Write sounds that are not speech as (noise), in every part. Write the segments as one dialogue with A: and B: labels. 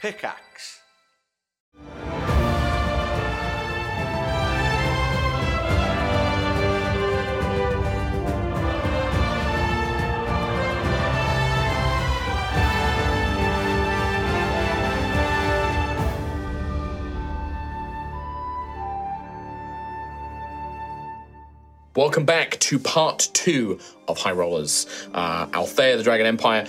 A: Pickaxe.
B: Welcome back to part two of High Rollers, uh, Althea, the Dragon Empire.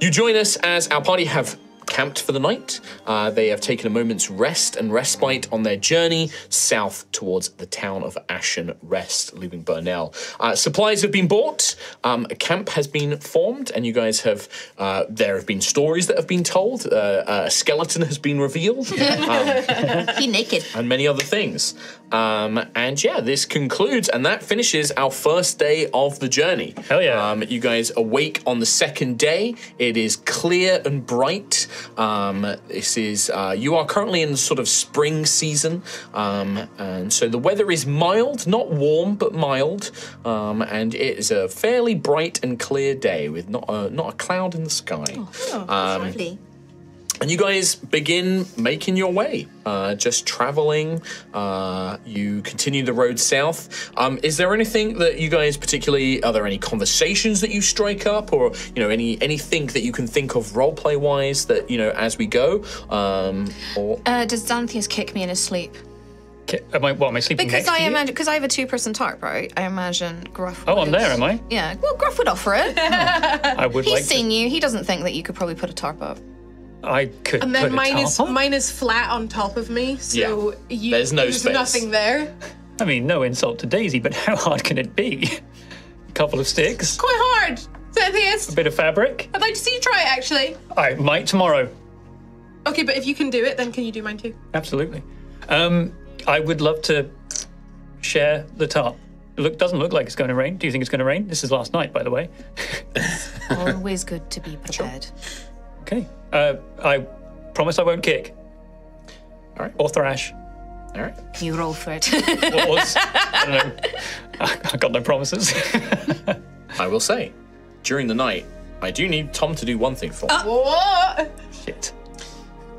B: You join us as our party have camped for the night. Uh, they have taken a moment's rest and respite on their journey south towards the town of Ashen Rest, leaving Burnell. Uh, supplies have been bought, um, a camp has been formed, and you guys have. Uh, there have been stories that have been told, uh, a skeleton has been revealed.
C: He naked.
D: Oh,
B: and many other things. Um, and yeah, this concludes and that finishes our first day of the journey.
D: Hell yeah.
B: Um, you guys awake on the second day. It is clear and bright. Um, this is uh, you are currently in sort of spring season, um, and so the weather is mild, not warm, but mild. Um, and it is a fairly bright and clear day with not a, not a cloud in the sky.
C: Oh,
D: um,
C: Lovely.
B: And you guys begin making your way, uh, just traveling. Uh, you continue the road south. Um, is there anything that you guys particularly? Are there any conversations that you strike up, or you know, any anything that you can think of role play wise that you know as we go? Um, or
E: Uh, does Xanthius kick me in his sleep?
D: K- Am I, what, am I sleeping
E: Because
D: next
E: I
D: to you?
E: imagine, because I have a two-person tarp, right? I imagine Gruff.
D: Oh, I'm
E: would-
D: there, am I?
E: Yeah. Well, Gruff would offer
D: (laughs)
E: it.
D: I would
E: He's
D: like
E: seen you. He doesn't think that you could probably put a tarp
D: (laughs)
E: up.
D: to. I could
F: And
D: put
F: then
D: a
F: mine
D: tarp
F: is
D: on.
F: mine is flat on top of me, so
B: Yeah.
F: you,
B: There's no space.
F: nothing there.
D: I mean, no insult to Daisy, but (laughs) how hard can it be? A couple of sticks,
F: Quite hard, Xanthius.
D: a bit of fabric.
F: I'd like to see you try it actually.
D: I might tomorrow.
F: Okay, but if you can do it, then can you do mine too?
D: Absolutely. Um, I would love to share the tarp. It look, doesn't look like it's going to rain. Do you think it's going to rain? This is last night, by the way.
C: Always good to be prepared.
D: Okay. Uh, I promise I won't kick.
B: All right.
D: Or thrash.
B: all right,
C: You roll for (laughs)
E: (laughs)
C: it.
D: Or, or s- (laughs) I don't know. I, I got no promises. (laughs)
B: I will say, during the night, I do need Tom to do one thing for me.
E: Uh.
F: What?
D: Shit.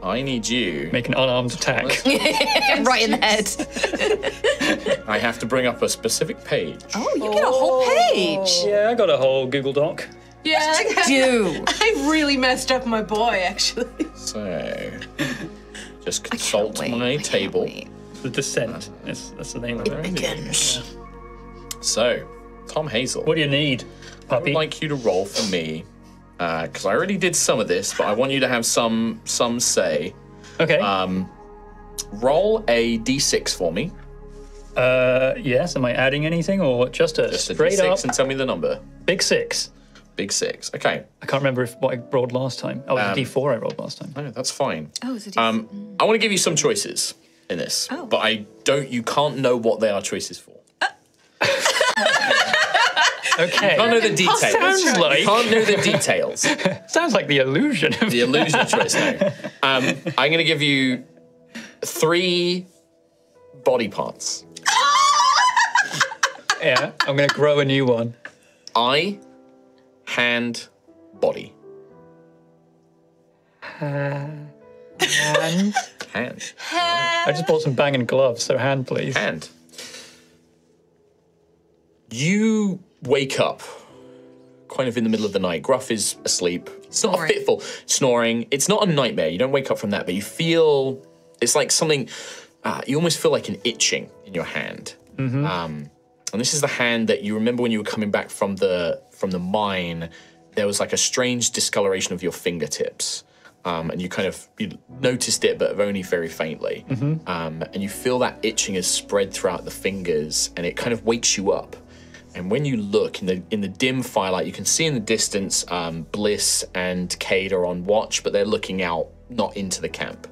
B: I need you.
D: Make an unarmed attack.
C: right in the head.
B: I have to bring up a specific page.
C: Oh, you get a whole page.
D: (laughs) yeah, I got a whole Google Doc.
F: Yeah,
C: Do.
F: I really messed up my boy actually.
B: So, just consult my table.
D: The Descent. That's, that's the name of it.
C: Begins.
B: So, Tom Hazel.
D: What do you need,
B: I
D: puppy?
B: would like you to roll for me because I already did some of this, but I want you to have some some say.
D: okay.
B: um, Roll a d6 for me,
D: Uh, yes. Am I adding anything or just a
B: just a
D: straight
B: d6,
D: up
B: and tell me the number.
D: big six?
B: Big six. Okay,
D: I can't remember if what I rolled last time. Oh, it
B: Um,
D: was a D4 I
B: (laughs)
D: rolled last time.
B: no, that's fine.
C: Oh, is it?
B: Um, I want to give you some choices in this, but I don't. You can't know what they are choices for.
D: Okay.
B: Can't know the details.
D: sounds like-
B: You can't know the details.
D: Sounds like the illusion. Of
B: the illusion choice. No. Um, I'm going to give you three body parts:
D: yeah. I'm gonna grow a new one.
B: eye, hand, body.
D: And
B: Hand.
D: I just bought some banging gloves, so hand please.
B: And you wake up kind of in the middle of the night. Gruff is asleep. It's not a fitful snoring. It's not a nightmare. You don't wake up from that, but you feel it's like something, uh, you almost feel like an itching in your hand. Um, and this is the hand that you remember when you were coming back from the from the mine. There was like a strange discoloration of your fingertips. Um, and you kind of you noticed it, but only very faintly. Um, and you feel that itching is spread throughout the fingers, and it kind of wakes you up. And when you look in the in the dim firelight, you can see in the distance um, Bliss and Cade are on watch, but they're looking out, not into the camp.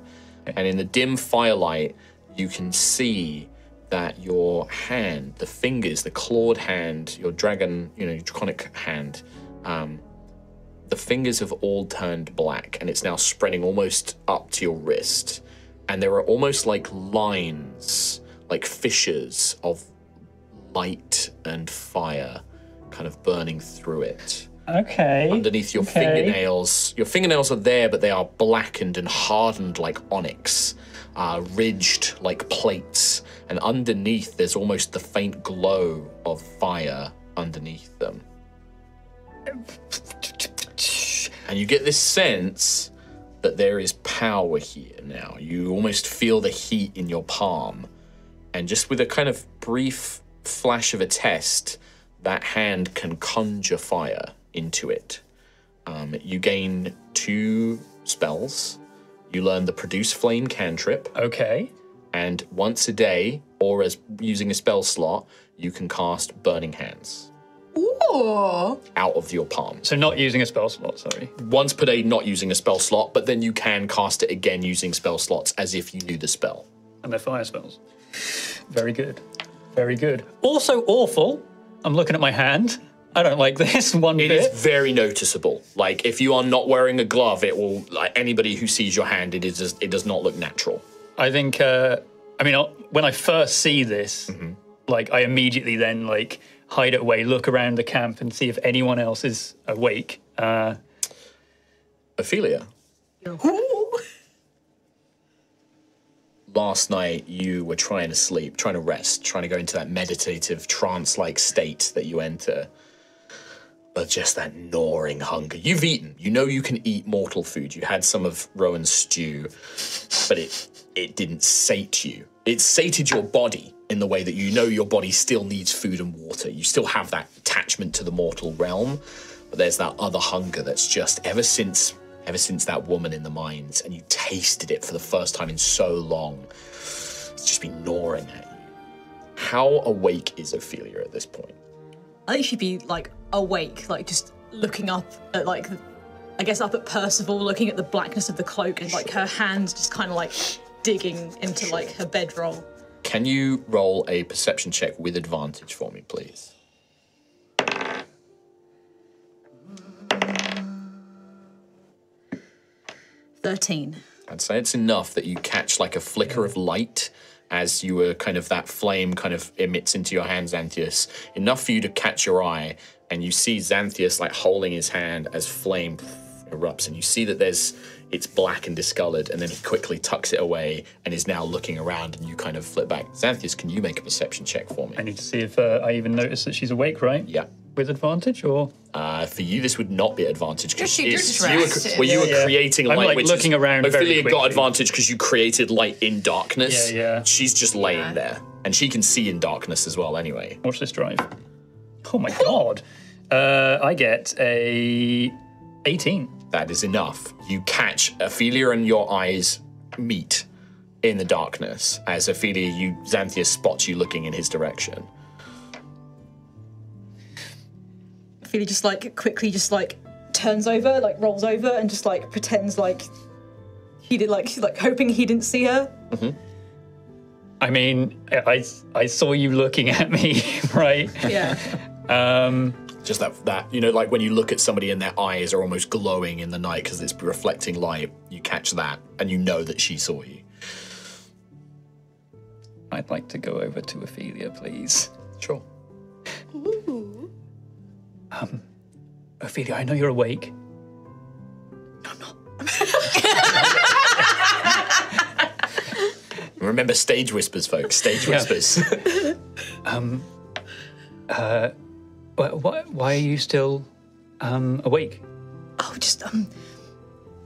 B: And in the dim firelight, you can see that your hand, the fingers, the clawed hand, your dragon, you know, your draconic hand, um, the fingers have all turned black, and it's now spreading almost up to your wrist. And there are almost like lines, like fissures of light and fire kind of burning through it.
D: Okay.
B: underneath your
D: Okay.
B: fingernails. Your fingernails are there, but they are blackened and hardened like onyx, uh, ridged like plates. And underneath, there's almost the faint glow of fire underneath them. And you get this sense that there is power here now. You almost feel the heat in your palm. And just with a kind of brief flash of a test, that hand can conjure fire into it. Um, you gain two spells. You learn the Produce Flame cantrip,
D: Okay.
B: and once a day, or as using a spell slot, you can cast Burning Hands
F: Ooh.
B: out of your palm.
D: So not using a spell slot. Sorry.
B: Once per day, not using a spell slot, but then you can cast it again using spell slots as if you knew the spell.
D: and their fire spells. Very good. Very good. Also awful. I'm looking at my hand. I don't like (laughs) this one
B: It
D: bit.
B: is very noticeable. Like if you are not wearing a glove, it will. Like anybody who sees your hand, it is. Just, it does not look natural.
D: I think. Uh, I mean, I'll, when I first see this, like I immediately then like hide it away, look around the camp, and see if anyone else is awake. Uh,
B: Ophelia,
F: Ooh.
B: last night you were trying to sleep, trying to rest, trying to go into that meditative trance-like state that you enter. But just that gnawing hunger. You've eaten. You know you can eat mortal food. You had some of Rowan's stew, but it it didn't sate you. It sated your body in the way that you know your body still needs food and water. You still have that attachment to the mortal realm, but there's that other hunger that's just ever since ever since that woman in the mines and you tasted it for the first time in so long. It's just been gnawing at you. How awake is Ophelia at this point?
A: I think she'd be like awake, like just looking up at like, the- I guess up at Percival, looking at the blackness of the cloak and like her hands just kind of like digging into like her bedroll.
B: Can you roll a perception check with advantage for me, please?
A: Thirteen.
B: I'd say it's enough that you catch like a flicker of light as you were kind of that flame kind of emits into your hand, Xanthius. Enough for you to catch your eye, and you see Xanthius like holding his hand as flame erupts, and you see that there's it's black and discolored, and then he quickly tucks it away and is now looking around, and you kind of flip back. Xanthius, can you make a perception check for me?
D: I need to see if uh, I even notice that she's awake, right?
B: Yeah.
D: With advantage, or
B: Uh, for you, this would not be advantage because
E: You're- you're
B: you were,
E: distracted.
B: well, you were
D: Yeah, yeah.
B: creating
D: I'm,
B: light.
D: like,
B: which
D: looking
B: is,
D: around very
B: Ophelia got
D: quickly.
B: advantage because you created light in darkness.
D: Yeah, yeah.
B: She's just laying there, and she can see in darkness as well. Anyway,
D: watch this drive. Oh my god! Uh, I get a 18.
B: that is enough. You catch Ophelia, and your eyes meet in the darkness as Ophelia, you Xanthius spots you looking in his direction.
A: Ophelia just like quickly just like turns over, like rolls over, and just like pretends like he did like like hoping he didn't see her.
D: I mean, I I saw you looking at me, (laughs) right?
A: Yeah.
D: Um,
B: Just that that you know, like when you look at somebody and their eyes are almost glowing in the night because it's reflecting light. You catch that, and you know that she saw you.
D: I'd like to go over to Ophelia, please.
B: Sure.
D: Um, Ophelia, I know you're awake.
B: Remember stage whispers, folks. Stage whispers.
D: Why, why, why are you still um, awake?
A: (laughs) Oh, just um,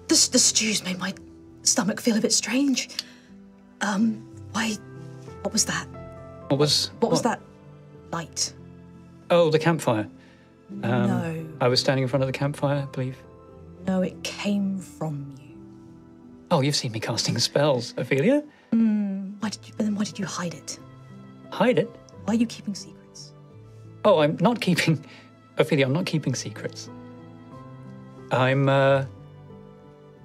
A: the s- the stews made my stomach feel a bit strange. Um, why? What was that?
D: What was
A: What was that light?
D: Oh, the campfire. Um,
A: no,
D: I was standing in front of the campfire, I believe.
A: no, it came from you.
D: Oh, you've seen me casting spells, Ophelia.
A: Why did you? But then why did you hide it?
D: Hide it.
A: Why are you keeping secrets?
D: Oh, I'm not keeping. (laughs) Ophelia, I'm not keeping secrets. I'm uh,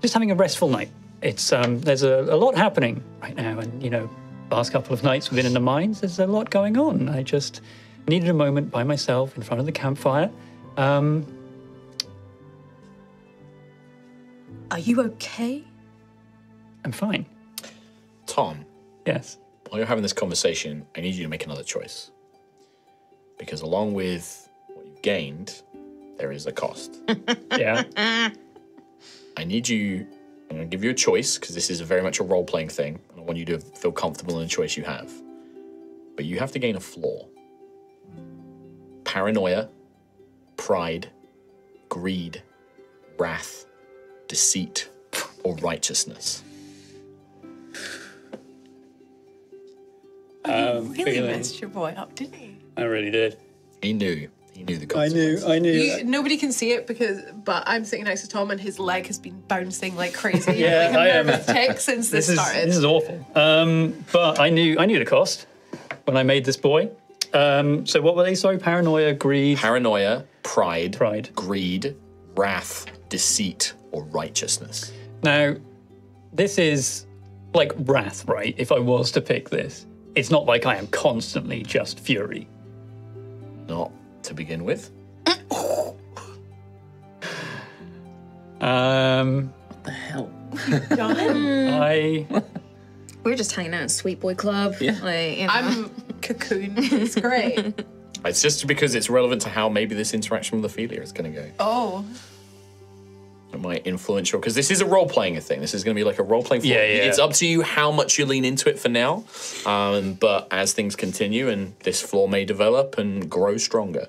D: just having a restful night. It's um, there's a, a lot happening right now, and you know, last couple of nights within the mines, there's a lot going on. I just needed a moment by myself in front of the campfire. Um,
A: Are you okay?
D: I'm fine.
B: Tom,
D: Yes.
B: while you're having this conversation, I need you to make another choice. Because along with what you've gained, there is a cost.
D: Yeah.
B: I need you. I'm going to give you a choice because this is a very much a role playing thing. and I want you to feel comfortable in the choice you have. But you have to gain a flaw paranoia, pride, greed, wrath, deceit, or righteousness.
G: Um, Really
D: feeling-
G: messed your boy up, didn't he?
D: I really did.
B: He knew. He knew the
D: (laughs) I
B: consequences.
D: knew. I knew.
G: You, nobody can see it because, but I'm sitting next to Tom and his leg has been bouncing like crazy.
D: (laughs) Yeah,
G: like a
D: I am.
G: nervous Tick since this,
D: this is
G: started.
D: this is awful. Um, but I knew I knew the cost when I made this boy. Um, so what were they? Sorry, paranoia, greed,
B: Paranoia, pride,
D: pride.
B: greed, wrath, deceit, or righteousness.
D: Now, this is like wrath, right? If I was to pick this, it's not like I am constantly just fury.
B: Not to begin with.
D: Um,
G: Done.
D: I
C: We're just hanging out in Sweet Boy Club.
B: Yeah.
C: Like, you know.
G: I'm cocooned. It's
D: (laughs)
G: great.
B: It's just because it's relevant to how maybe this interaction with Ophelia is going to go.
G: Oh,
B: It might influence your because this is a role playing thing. This is going to be like a role playing.
D: Yeah, yeah.
B: It's up to you how much you lean into it for now, um, but as things continue and this floor may develop and grow stronger.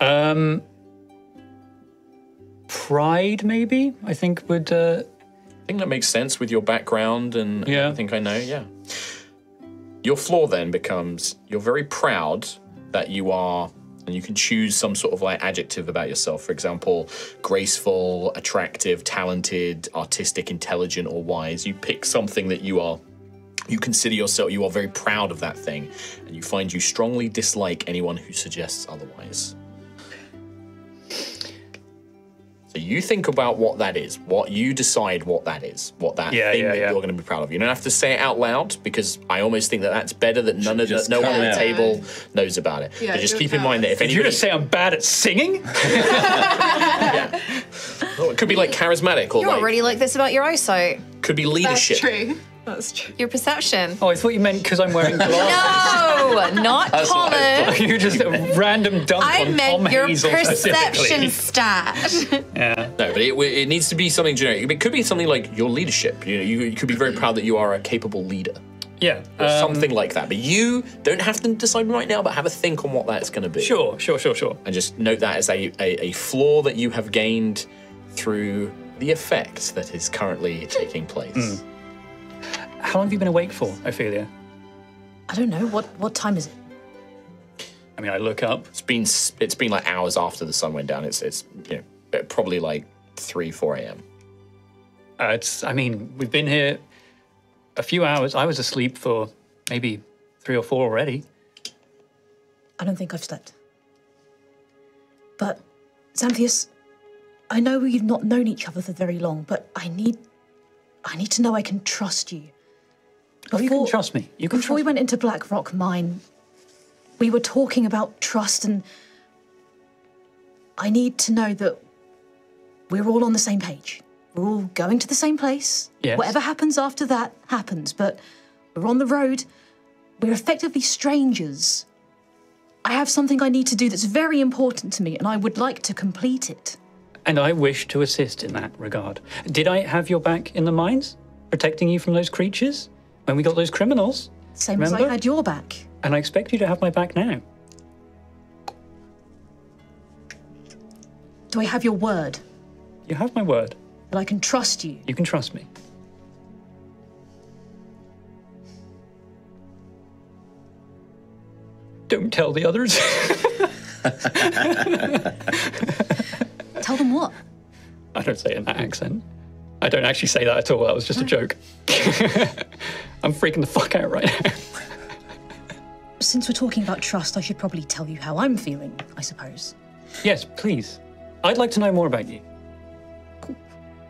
D: um, pride maybe I think would uh,
B: I think that makes sense with your background and
D: Yeah.
B: I think I know. Yeah. Your flaw then becomes you're very proud that you are, and you can choose some sort of like adjective about yourself. For example, graceful, attractive, talented, artistic, intelligent, or wise. You pick something that you are you consider yourself you are very proud of that thing and you find you strongly dislike anyone who suggests otherwise so you think about what that is what you decide what that is what that
D: Yeah,
B: thing
D: yeah,
B: that
D: yeah.
B: you're going to be proud of you don't have to say it out loud because i almost think that that's better that none of the,
H: just
B: no one
H: come
B: at the
H: out.
B: table knows about it
G: Yeah,
B: but just
G: do it
B: keep in
G: out.
B: mind that if
D: Did you
B: anybody
D: just say I'm bad at singing?
B: oh, it could be like charismatic or
C: You're
B: like
C: already like this about your eyesight,
B: could be
G: that's
B: leadership
G: true. That's true.
C: your perception.
D: Oh, I thought you meant because I'm wearing
C: (laughs)
D: glasses.
C: No, not
B: what I
C: common.
D: you just a random dump
C: I
D: on Tom
C: meant your
D: Hazel
C: perception
D: (laughs) specifically.
C: stat.
B: No, but it, it needs to be something generic. It could be something like your leadership. You know, you, you could be very proud that you are a capable leader
D: Yeah.
B: or
D: um,
B: something like that. But you don't have to decide right now, but have a think on what that's going to be.
D: Sure, sure, sure, sure.
B: And just note that as a, a, a flaw that you have gained through the effect that is currently taking place.
D: How long have you been awake for, Ophelia?
I: I don't know what what time is it.
D: I mean, I look up.
B: It's been s- it's been like hours after the sun went down. It's it's you know probably like three four a.m.
D: Uh, it's. I mean, we've been here a few hours. I was asleep for maybe three or four already.
I: I don't think I've slept. But Xanthius, I know we've not known each other for very long, but I need I need to know I can trust you.
D: Oh, you can
I: Before-
D: trust me. You can
I: Before we
D: trust.
I: went into Black Rock Mine, we were talking about trust, and I need to know that we're all on the same page. We're all going to the same place.
D: Yes.
I: Whatever happens after that happens, but we're on the road. We're effectively strangers. I have something I need to do that's very important to me, and I would like to complete it.
D: And I wish to assist in that regard. Did I have your back in the mines, protecting you from those creatures when we got those criminals?
I: Same as I
D: Remember?
I: had your back.
D: And I expect you to have my back now.
I: Do I have your word
D: You have my word.
I: that I can trust you?
D: You can trust me. Don't tell the others. (laughs)
I: Tell them what?
D: I don't say it in that accent. I don't actually say that at all. That was just a joke. (laughs) I'm freaking the fuck out right now.
I: Since we're talking about trust, I should probably tell you how I'm feeling, I suppose.
D: (laughs) yes, please. I'd like to know more about you.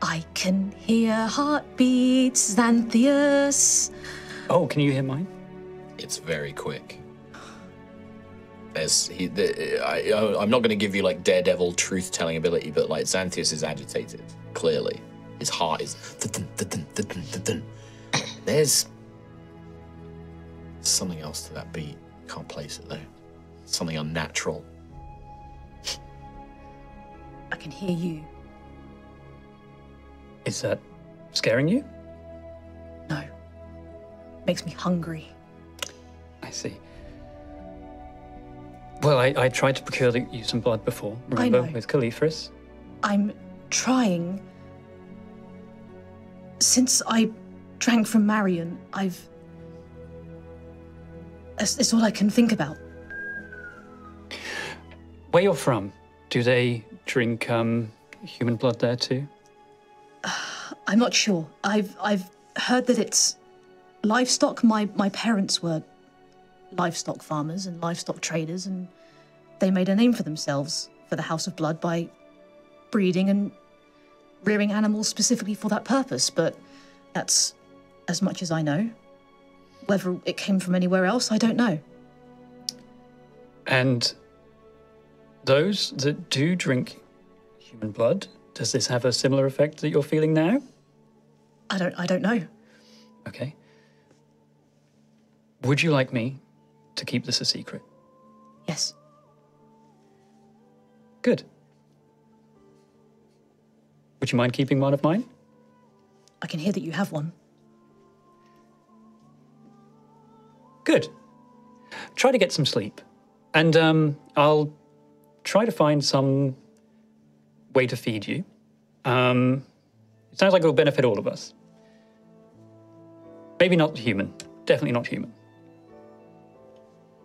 I: I can hear heartbeats, Xanthius.
D: Oh, can you hear mine?
B: It's very quick. There's he, the, I, I, I'm not going to give you like daredevil truth telling ability, but like Xanthius is agitated. Clearly, his heart is. thud-dun, thud-dun, thud-dun, thud-dun. There's something else to that beat. Can't place it though. Something unnatural.
I: can hear you.
D: Is that scaring you?
I: No. Makes me hungry.
D: I see. Well, I, I tried to procure the, you some blood before, remember,
I: know.
D: with Caliphris?
I: I'm trying. Since I drank from Marion, I've. It's, it's all I can think about.
D: Where you're from, do they drink um, human blood there too?
I: I'm not sure. I've I've heard that it's livestock. My my parents were livestock farmers and livestock traders, and they made a name for themselves for the House of Blood by breeding and rearing animals specifically for that purpose. But that's as much as I know. Whether it came from anywhere else, I don't know.
D: And those that do drink human blood, does this have a similar effect that you're feeling now?
I: I don't I don't know.
D: Okay. Would you like me to keep this a secret?
I: Yes.
D: Good. Would you mind keeping one of mine?
I: I can hear that you have one.
D: Good. Try to get some sleep. And um, I'll try to find some way to feed you. Um, it sounds like it'll benefit all of us. Maybe not human. Definitely not human.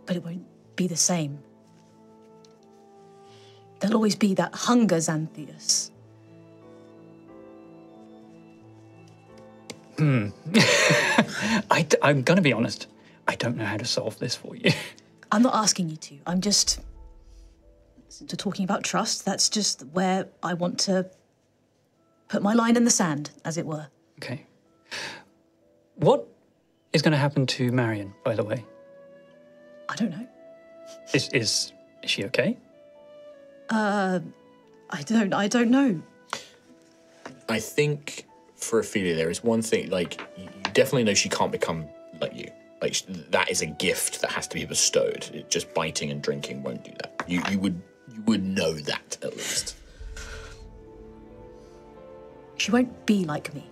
I: but it won't be the same. There'll always be that hunger, Xanthius.
D: I, d- I'm going to be honest. I don't know how to solve this for you. (laughs)
I: I'm not asking you to. I'm just. Since we're talking about trust, that's just where I want to put my line in the sand, as it were.
D: okay. What is going to happen to Marion, by the way?
I: I don't know.
D: Is, is, is she okay?
I: I don't. I don't know.
B: I think for Ophelia, there is one thing like you definitely know she can't become like you. Like sh- that is a gift that has to be bestowed. It, just biting and drinking won't do that. You you would you would know that at least.
I: She won't be like me.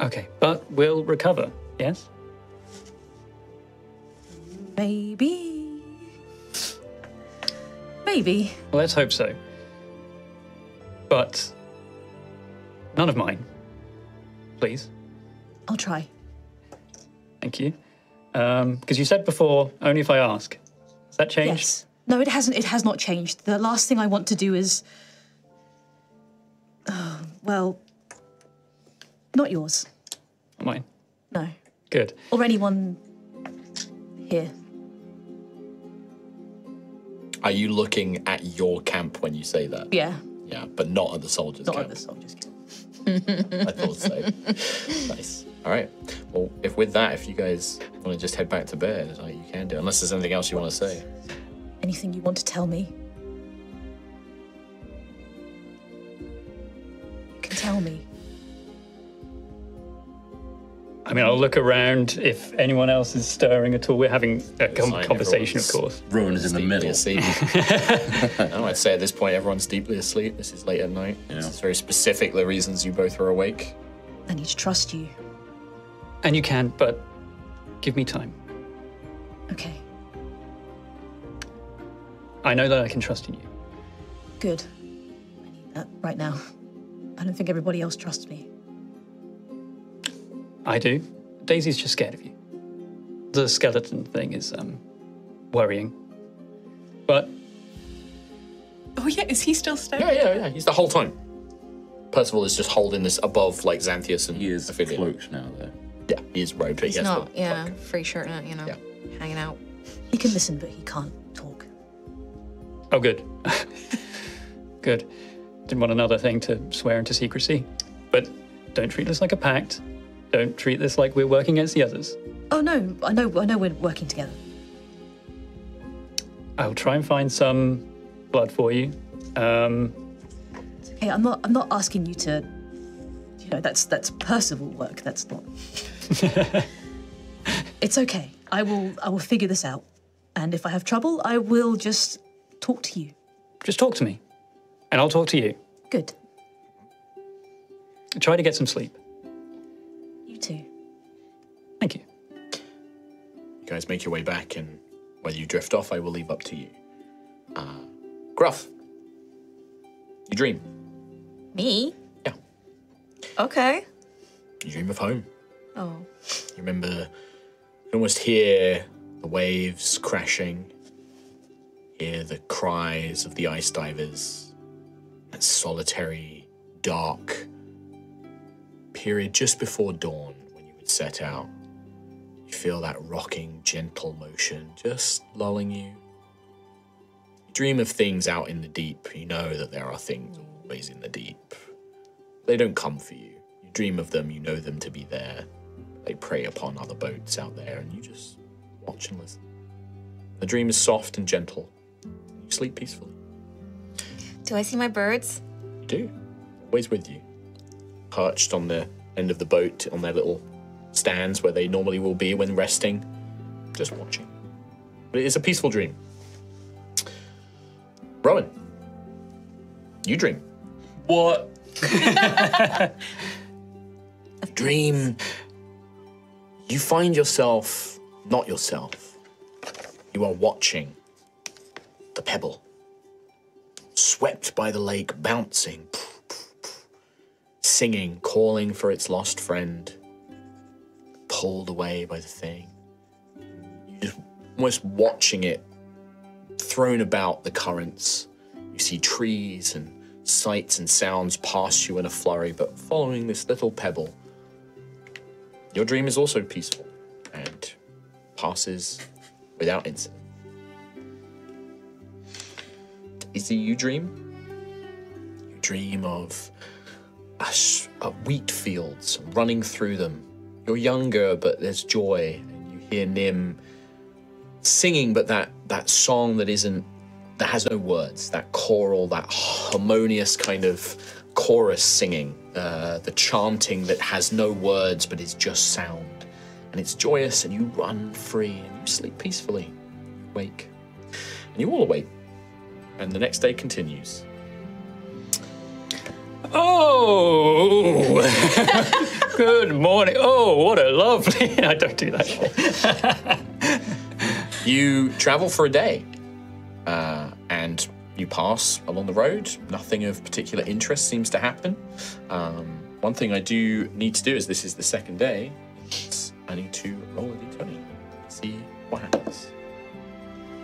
D: Okay, but we'll recover, yes?
I: Maybe. Maybe.
D: Well, let's hope so. But none of mine. Please.
I: I'll try.
D: Thank you. Because you said before, only if I ask. Has that changed?
I: Yes. No, it hasn't. It has not changed. The last thing I want to do is. Oh, well, not yours.
D: Not mine.
I: No.
D: Good.
I: Or anyone here.
B: Are you looking at your camp when you say that?
I: Yeah.
B: Yeah, but not at the soldiers'
I: Not
B: camp.
I: at the soldiers' camp.
B: I thought so.
I: (laughs)
B: nice. All right. Well, if with that, if you guys want to just head back to bed, like you can do, unless there's anything else you want to say.
I: Anything you want to tell me? You can tell me.
D: I mean, I'll look around if anyone else is stirring at all. We're having a com-
B: Sign
D: conversation, of
B: everyone's
D: course.
J: Ruin is in the middle.
B: Deeply
J: (laughs)
B: asleep. no, I'd say at this point everyone's deeply asleep. This is late at night. This is very specific the reasons you both were awake.
I: I need to trust you.
D: And you can, but give me time.
I: Okay.
D: I know that I can trust in you.
I: Good. I need that right now. I don't think everybody else trusts me.
D: I do. Daisy's just scared of you. The skeleton thing is um, worrying. But
G: Oh yeah, is he still staring?
B: Yeah, yeah, yeah. He's the whole time. Percival is just holding this above like Xanthius and
J: He is
B: Ophelia.
J: cloaked now, though.
B: Yeah, he is robed, but
E: It's
B: he has
E: not,
B: the
E: yeah,
B: cloak.
E: free shirt and, you know, hanging out.
I: He can listen, but he can't talk.
D: Oh, good. (laughs) good. Didn't want another thing to swear into secrecy. But don't treat this like a pact. Don't treat this like we're working against the others.
I: Oh no! I know. I know we're working together.
D: I'll try and find some blood for you. Um,
I: Hey, I'm not. I'm not asking you to. You know, that's that's Percival work. That's
D: (laughs)
I: not. it's okay. I will. I will figure this out. And if I have trouble, I will just talk to you.
D: just talk to me. and I'll talk to you.
I: Good.
D: Try to get some sleep.
I: You too.
D: Thank you.
B: You guys make your way back, and whether you drift off, I will leave up to you. Uh, Gruff, you dream.
E: Me?
B: Yeah,
E: Okay.
B: you dream of home.
E: Oh.
B: You remember, you can almost hear the waves crashing, hear the cries of the ice divers, that solitary, dark period just before dawn when you would set out. You feel that rocking, gentle motion just lulling you. You dream of things out in the deep. You know that there are things always in the deep. They don't come for you. You dream of them, you know them to be there they prey upon other boats out there, and you just watch and listen. The dream is soft and gentle. You sleep peacefully.
E: Do I see my birds?
B: You do. Always with you. Perched on the end of the boat, on their little stands where they normally will be when resting, just watching. But it is a peaceful dream. Rowan, you dream. (laughs) What? dream. You find yourself not yourself. You are watching the pebble swept by the lake, bouncing, singing, calling for its lost friend, pulled away by the thing. You're just almost watching it thrown about the currents. You see trees and sights and sounds pass you in a flurry, but following this little pebble, your dream is also peaceful and passes without incident. Izzy, you dream? You dream of a, s- a wheat fields running through them. You're younger, but there's joy. And you hear Nim singing, but that, that song that isn't, that has no words, that choral, that harmonious kind of chorus singing, uh, the chanting that has no words but is just sound. And it's joyous, and you run free, and you sleep peacefully. You wake. And you all awake and the next day continues.
D: Oh, (laughs) good morning. Oh, what a lovely. (laughs) I don't do that shit.
B: You travel for a day, uh, and you pass along the road. Nothing of particular interest seems to happen. Um, one thing I do need to do is this is the second day. is I need to roll a d20, see what happens.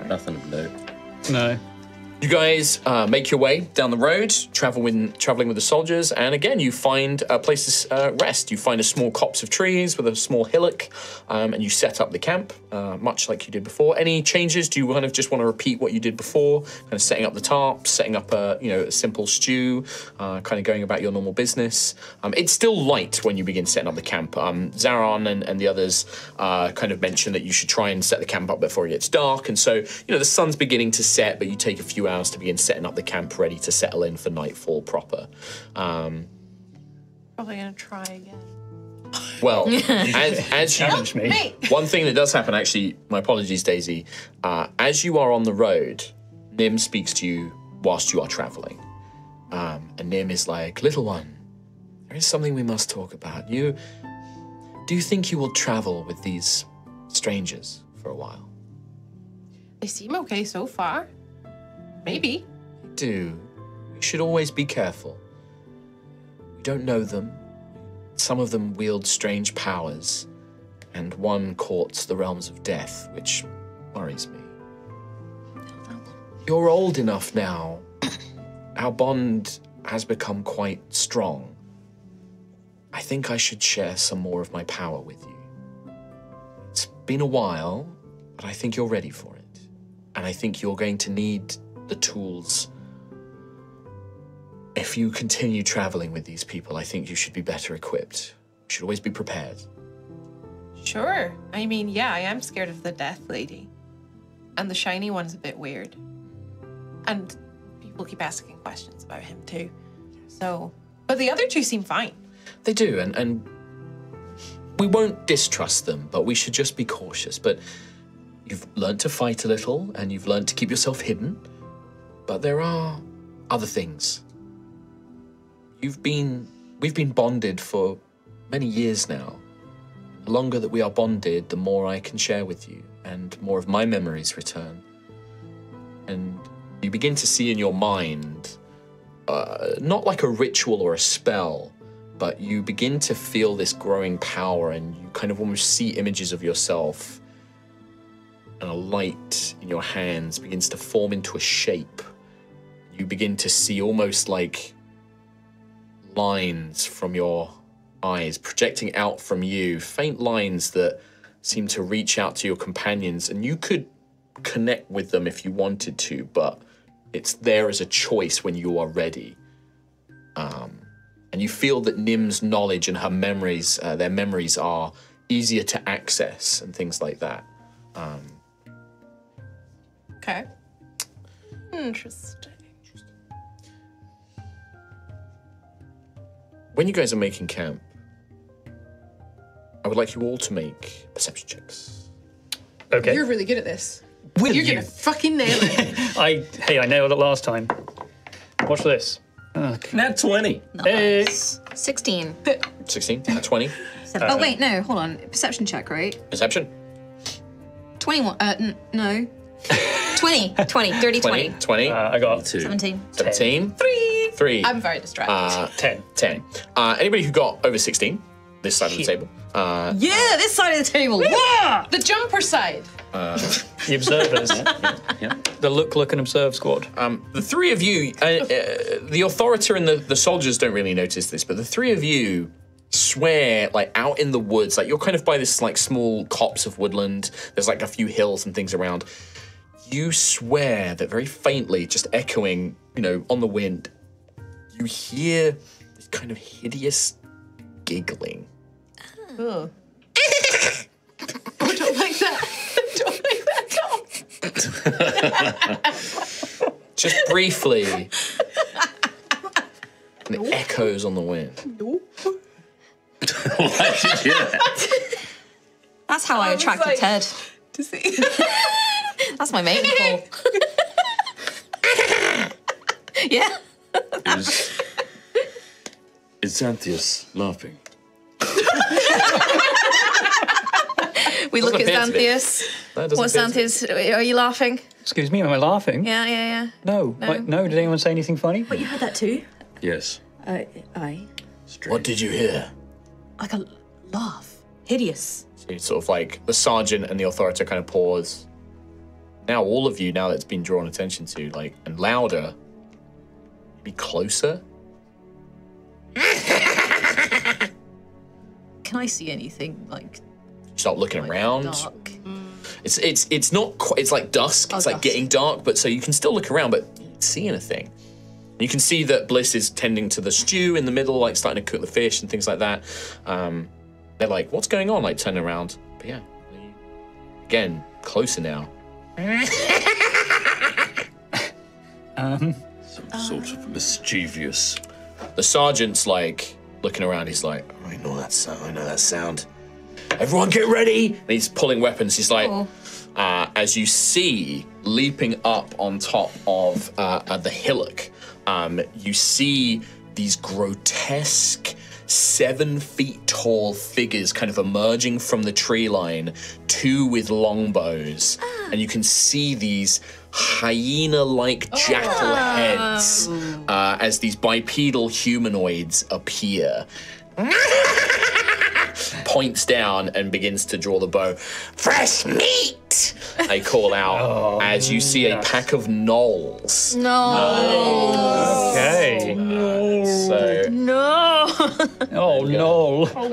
B: Nothing of note.
D: No.
B: You guys uh, make your way down the road, travel with traveling with the soldiers, and again you find a place to uh, rest. You find a small copse of trees with a small hillock, um, and you set up the camp, uh, much like you did before. Any changes? Do you kind of just want to repeat what you did before, kind of setting up the tarp, setting up a you know a simple stew, uh, kind of going about your normal business? Um, it's still light when you begin setting up the camp. Um, Zaron and, and the others uh, kind of mentioned that you should try and set the camp up before it gets dark, and so you know the sun's beginning to set, but you take a few hours to begin setting up the camp, ready to settle in for nightfall proper. Um,
G: Probably gonna try again.
B: well, as, as you
D: Challenge me.
B: (laughs) One thing that does happen, actually, my apologies, Daisy. Uh, as you are on the road, Nim speaks to you whilst you are traveling. Um, and Nim is like, Little one, there is something we must talk about. You. Do you think you will travel with these strangers for a while?
G: They seem okay so far. Maybe.
B: do, we should always be careful. We don't know them. Some of them wield strange powers, and one courts the realms of death, which worries me. You're old enough now. (coughs) Our bond has become quite strong. I think I should share some more of my power with you. It's been a while, but I think you're ready for it. And I think you're going to need the tools if you continue traveling with these people, I think you should be better equipped. You should always be prepared.
G: Sure. I mean, yeah, I am scared of the death lady. And the shiny one's a bit weird. And people keep asking questions about him too. So, but the other two seem fine.
B: They do, and, and we won't distrust them, but we should just be cautious. But you've learned to fight a little, and you've learned to keep yourself hidden. But there are other things. You've been, we've been bonded for many years now. The longer that we are bonded, the more I can share with you, and more of my memories return. And you begin to see in your mind, uh, not like a ritual or a spell, but you begin to feel this growing power, and you kind of almost see images of yourself and a light in your hands begins to form into a shape. You begin to see almost like lines from your eyes projecting out from you, faint lines that seem to reach out to your companions, and you could connect with them if you wanted to, but it's there as a choice when you are ready. Um, and you feel that Nim's knowledge and her memories, uh, their memories are easier to access and things like that. Um,
G: Okay. Interesting.
B: When you guys are making camp, I would like you all to make perception checks.
D: Okay.
F: You're really good at this.
B: Will
F: You're gonna fucking nail it.
D: I hey, I nailed it last time. Watch this.
B: Nat 20.
D: Hey.
C: (laughs) 16.
B: 16, nat 20.
C: oh, wait, no, hold on. Perception check, right?
B: Perception.
C: 21. Uh, n- no. 20. 20. Dirty 20.
B: 20, 20,
D: Uh, I got
E: 17.
B: 17, 3, 3,
G: I'm very distracted.
B: uh,
D: ten.
B: 10. Uh, anybody who got over 16, this side of the table, uh,
C: Yeah, this side of the table.
G: the jumper side.
D: The observers. The look, look, and observe squad.
B: Um, the three of you, uh, uh, the authorita and the, the soldiers don't really notice this, but the three of you swear like out in the woods, like you're kind of by this like small copse of woodland. There's like a few hills and things around. You swear that very faintly, just echoing, you know, on the wind, you hear this kind of hideous giggling.
G: I (laughs) don't like that. I don't like that at all.
B: Just briefly. and it echoes on the wind.
J: Why did you do that?
C: That's how I attracted
G: like-
C: Ted.
G: To see.
C: That's my main (laughs) goal. yeah.
J: It was. It's Xanthius laughing.
C: We look at
B: Doesn't appear to be.
C: Xanthius.
B: That doesn't
C: What's
B: appear to be-
C: Xanthius? Are you laughing?
D: Excuse me, am I laughing?
C: Yeah, yeah, yeah.
D: No. No. no. Did anyone say anything funny?
I: But you heard that too?
J: Yes.
I: Uh, I.
B: What did you hear?
I: Like a laugh. Hideous.
B: It's sort of like the sergeant and the authority kind of pause. Now, all of you, now that's been drawn attention to, like, and louder, be closer.
A: Can I see anything like
B: Start looking around.
A: dark?
B: It's it's it's not quite, it's like dusk. it's like
A: dusk.
B: getting dark, but so you can still look around, but you don't see anything. You can see that Bliss is tending to the stew in the middle, like starting to cook the fish and things like that. Um, they're like, "What's going on?" Like turning around, but yeah, again, closer now.
J: Some sort of mischievous.
B: The sergeant's like looking around. He's like, I know that sound. I know that sound. Everyone, get ready! And he's pulling weapons. He's like, uh, as you see, leaping up on top of uh, uh, the hillock, um, you see these grotesque, seven feet tall figures kind of emerging from the tree line, two with longbows, and you can see these hyena-like jackal heads uh, as these bipedal humanoids appear. Points down and begins to draw the bow. Fresh meat! They call out as you see a pack of gnolls.
D: Okay.
B: So
C: No.
D: Oh no. Oh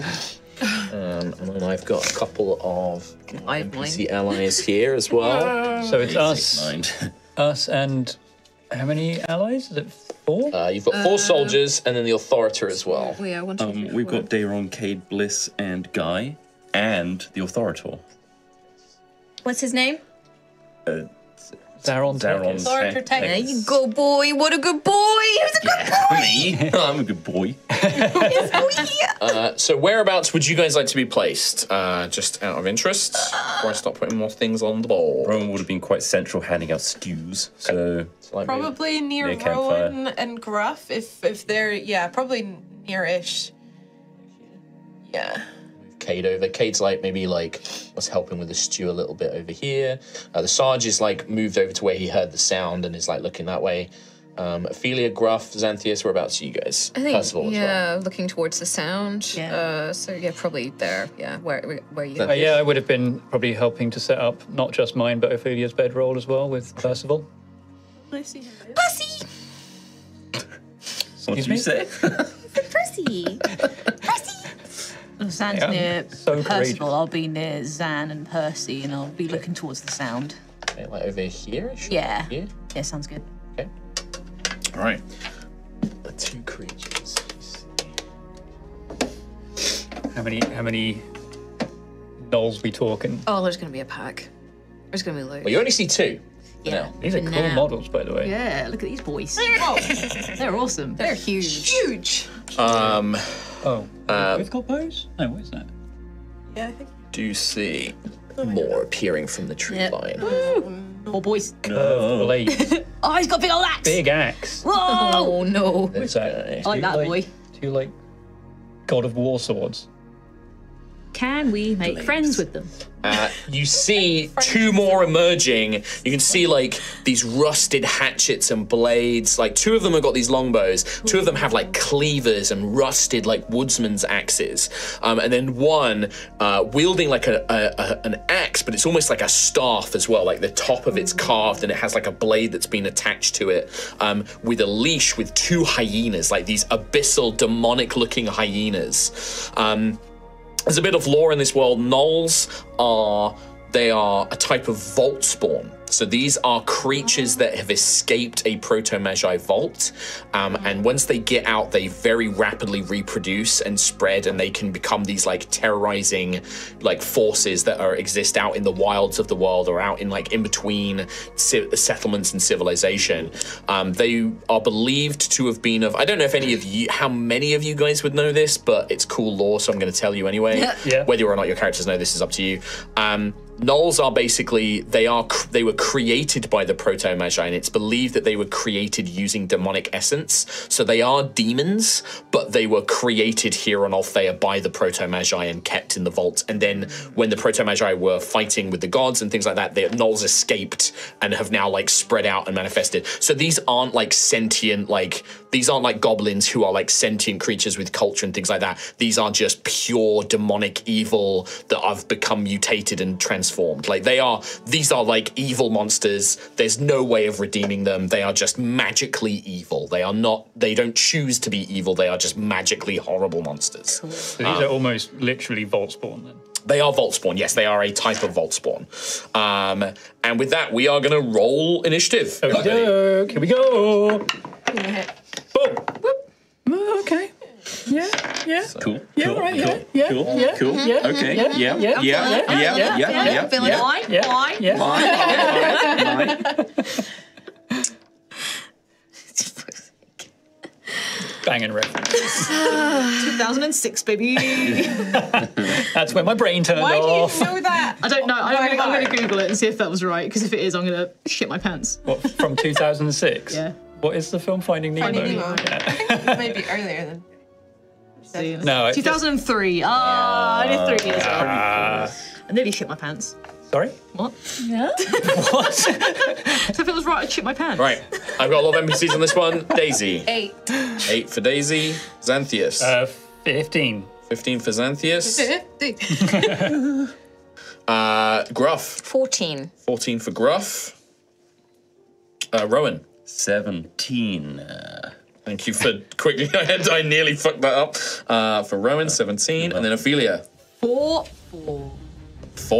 D: no.
B: Um, and then I've got a couple of
C: I
B: NPC allies here as
D: (laughs)
B: well.
D: So it's us,
J: Mind.
D: us, and how many allies? Is it four?
B: Uh, you've got four soldiers and then the authorita as well.
C: We are one, two,
J: Um,
C: three,
J: we've
C: four.
J: got Dayron, Cade, Bliss, and Guy, and the Authoritor.
E: What's his name?
D: Zaron.
J: Zaron.
D: Turkis.
J: Zaron
F: protect.
J: Turkis.
E: You go, boy. What a good boy. Who's a good
B: (laughs)
J: Me? I'm a good boy.
B: Uh, so whereabouts would you guys like to be placed? Uh, just out of interest, before I start putting more things on the board.
J: Rowan would have been quite central handing out stews, so
B: Like me.
G: Probably near,
J: Near campfire.
G: Rowan and Gruff, if if they're yeah, probably near-ish. Yeah.
B: Cade over. Cade's like maybe like was helping with the stew a little bit over here. Uh, the Sarge is like moved over to where he heard the sound and is like looking that way. Um, Ophelia, Gruff, Xanthius, whereabouts are you guys?
C: I think,
B: Percival as well.
C: yeah, looking towards the sound. Yeah. Uh, so yeah, probably there. Yeah, where where- where you?
D: Uh, yeah, I would have been probably helping to set up not just mine, but Ophelia's bedroll as well with Percival.
E: Percy.
J: what
D: Excuse
J: do
D: me?
J: you say?
E: Percy. Percy.
I: Zan's
D: Yeah,
I: near
D: so
I: Percival.
D: courageous.
I: I'll be near Zan and Percy, and I'll be looking towards the sound.
B: Okay, like over here?
I: Yeah.
B: Yeah.
I: Yeah, sounds good.
B: Okay.
J: All right.
B: The two creatures.
D: How many? How many? Knolls we talking?
C: (laughs) Oh, there's gonna be a pack. There's gonna be loot.
B: Well, you only see two. for
E: Yeah.
D: These are
E: for
D: cool
E: now.
D: models, by the way.
I: Yeah, look at these boys. They're awesome.
C: They're huge.
G: Huge.
B: now. Um,
D: Oh, we've got bows. No, what is that?
G: Yeah, I think
B: do you see more appearing from the tree line?
I: More boys.
D: Curved blades,
I: Oh, he's got a big old axe.
D: (laughs) big axe.
I: Whoa!
C: Oh
B: (laughs)
C: no.
B: This guy.
I: I like that boy.
D: Two like god of war swords.
I: Can we make friends with them?
B: Uh, you see two more emerging. You can see like these rusted hatchets and blades. Like two of them have got these longbows. Two of them have like cleavers and rusted like woodsman's axes. Um, and then one uh, wielding like a, a, a an axe, but it's almost like a staff as well. Like the top of it's carved and it has like a blade that's been attached to it. Um, with a leash with two hyenas, like these abyssal demonic-looking hyenas. Um, there's a bit of lore in this world. Gnolls are they are a type of vault spawn. So these are creatures that have escaped a proto-magi vault, um, and once they get out, they very rapidly reproduce and spread, and they can become these like terrorizing, like forces that are exist out in the wilds of the world or out in like in between ci- settlements and civilization. Um, they are believed to have been of. I don't know if any of you, how many of you guys would know this, but it's cool lore, so I'm going to tell you anyway.
D: Yeah.
B: Whether or not your characters know this is up to you. Um, Gnolls are basically they are cr- they were created by the proto magi, and it's believed that they were created using demonic essence. So they are demons, but they were created here on Althea by the proto magi and kept in the vault. And then when the proto magi were fighting with the gods and things like that, the Gnolls escaped and have now like spread out and manifested. So these aren't like sentient like these aren't like goblins who are like sentient creatures with culture and things like that. These are just pure demonic evil that have become mutated and transformed. Like they are, these are like evil monsters. There's no way of redeeming them. They are just magically evil. They are not, they don't choose to be evil. They are just magically horrible monsters.
D: So
J: Ah.
D: these are almost literally vault spawn then.
B: They are Vault Spawn. Yes, they are a type of Vault Spawn. Um, and with that, we are going to roll initiative. everybody.
D: Okey-doke, Here we go. Boom.
F: okay. Yeah, yeah.
J: Cool.
F: Yeah,
J: cool,
F: right, yeah,
J: cool,
F: yeah,
J: Cool.
F: yeah,
J: Cool.
F: yeah,
J: Okay.
F: yeah,
J: Yeah. Yeah. Yeah. Yeah. Yeah.
C: Feeling
J: Yeah.
A: Why?
D: Yeah.
A: Why?
D: Yeah.
J: Mine. (laughs) Mine.
D: Banging reference.
A: 2006, baby.
D: That's when my brain turned
G: Why
D: off.
G: do you know that?
A: I don't know. I'm
G: Why
A: gonna, I'm
G: not?
A: gonna Google it and see if that was right. Because if it is, I'm gonna shit my pants.
D: What, from 2006.
A: Yeah.
D: What is the film Finding Nemo?
G: Finding Nemo.
D: Yeah.
G: Maybe earlier than
A: See,
D: No, it-
A: 2003. Ah, I did three years old.
B: Ah.
A: I nearly shit my pants.
D: Sorry.
A: What?
D: (laughs) What?
A: So if it was right, I'd shit my pants.
B: Right, I've got a lot of NPCs on this one. Daisy.
G: eight.
B: Eight for Daisy. Xanthius.
D: uh, 15.
B: 15 for Xanthius.
F: Fifty.
B: Uh, Gruff.
E: 14.
B: 14 for Gruff. Uh, Rowan.
J: Seventeen.
B: Thank you for quickly. (laughs) I had- I nearly fucked that up. Uh, for Rowan, 17. And then Ophelia.
A: Four. Four.
B: Four.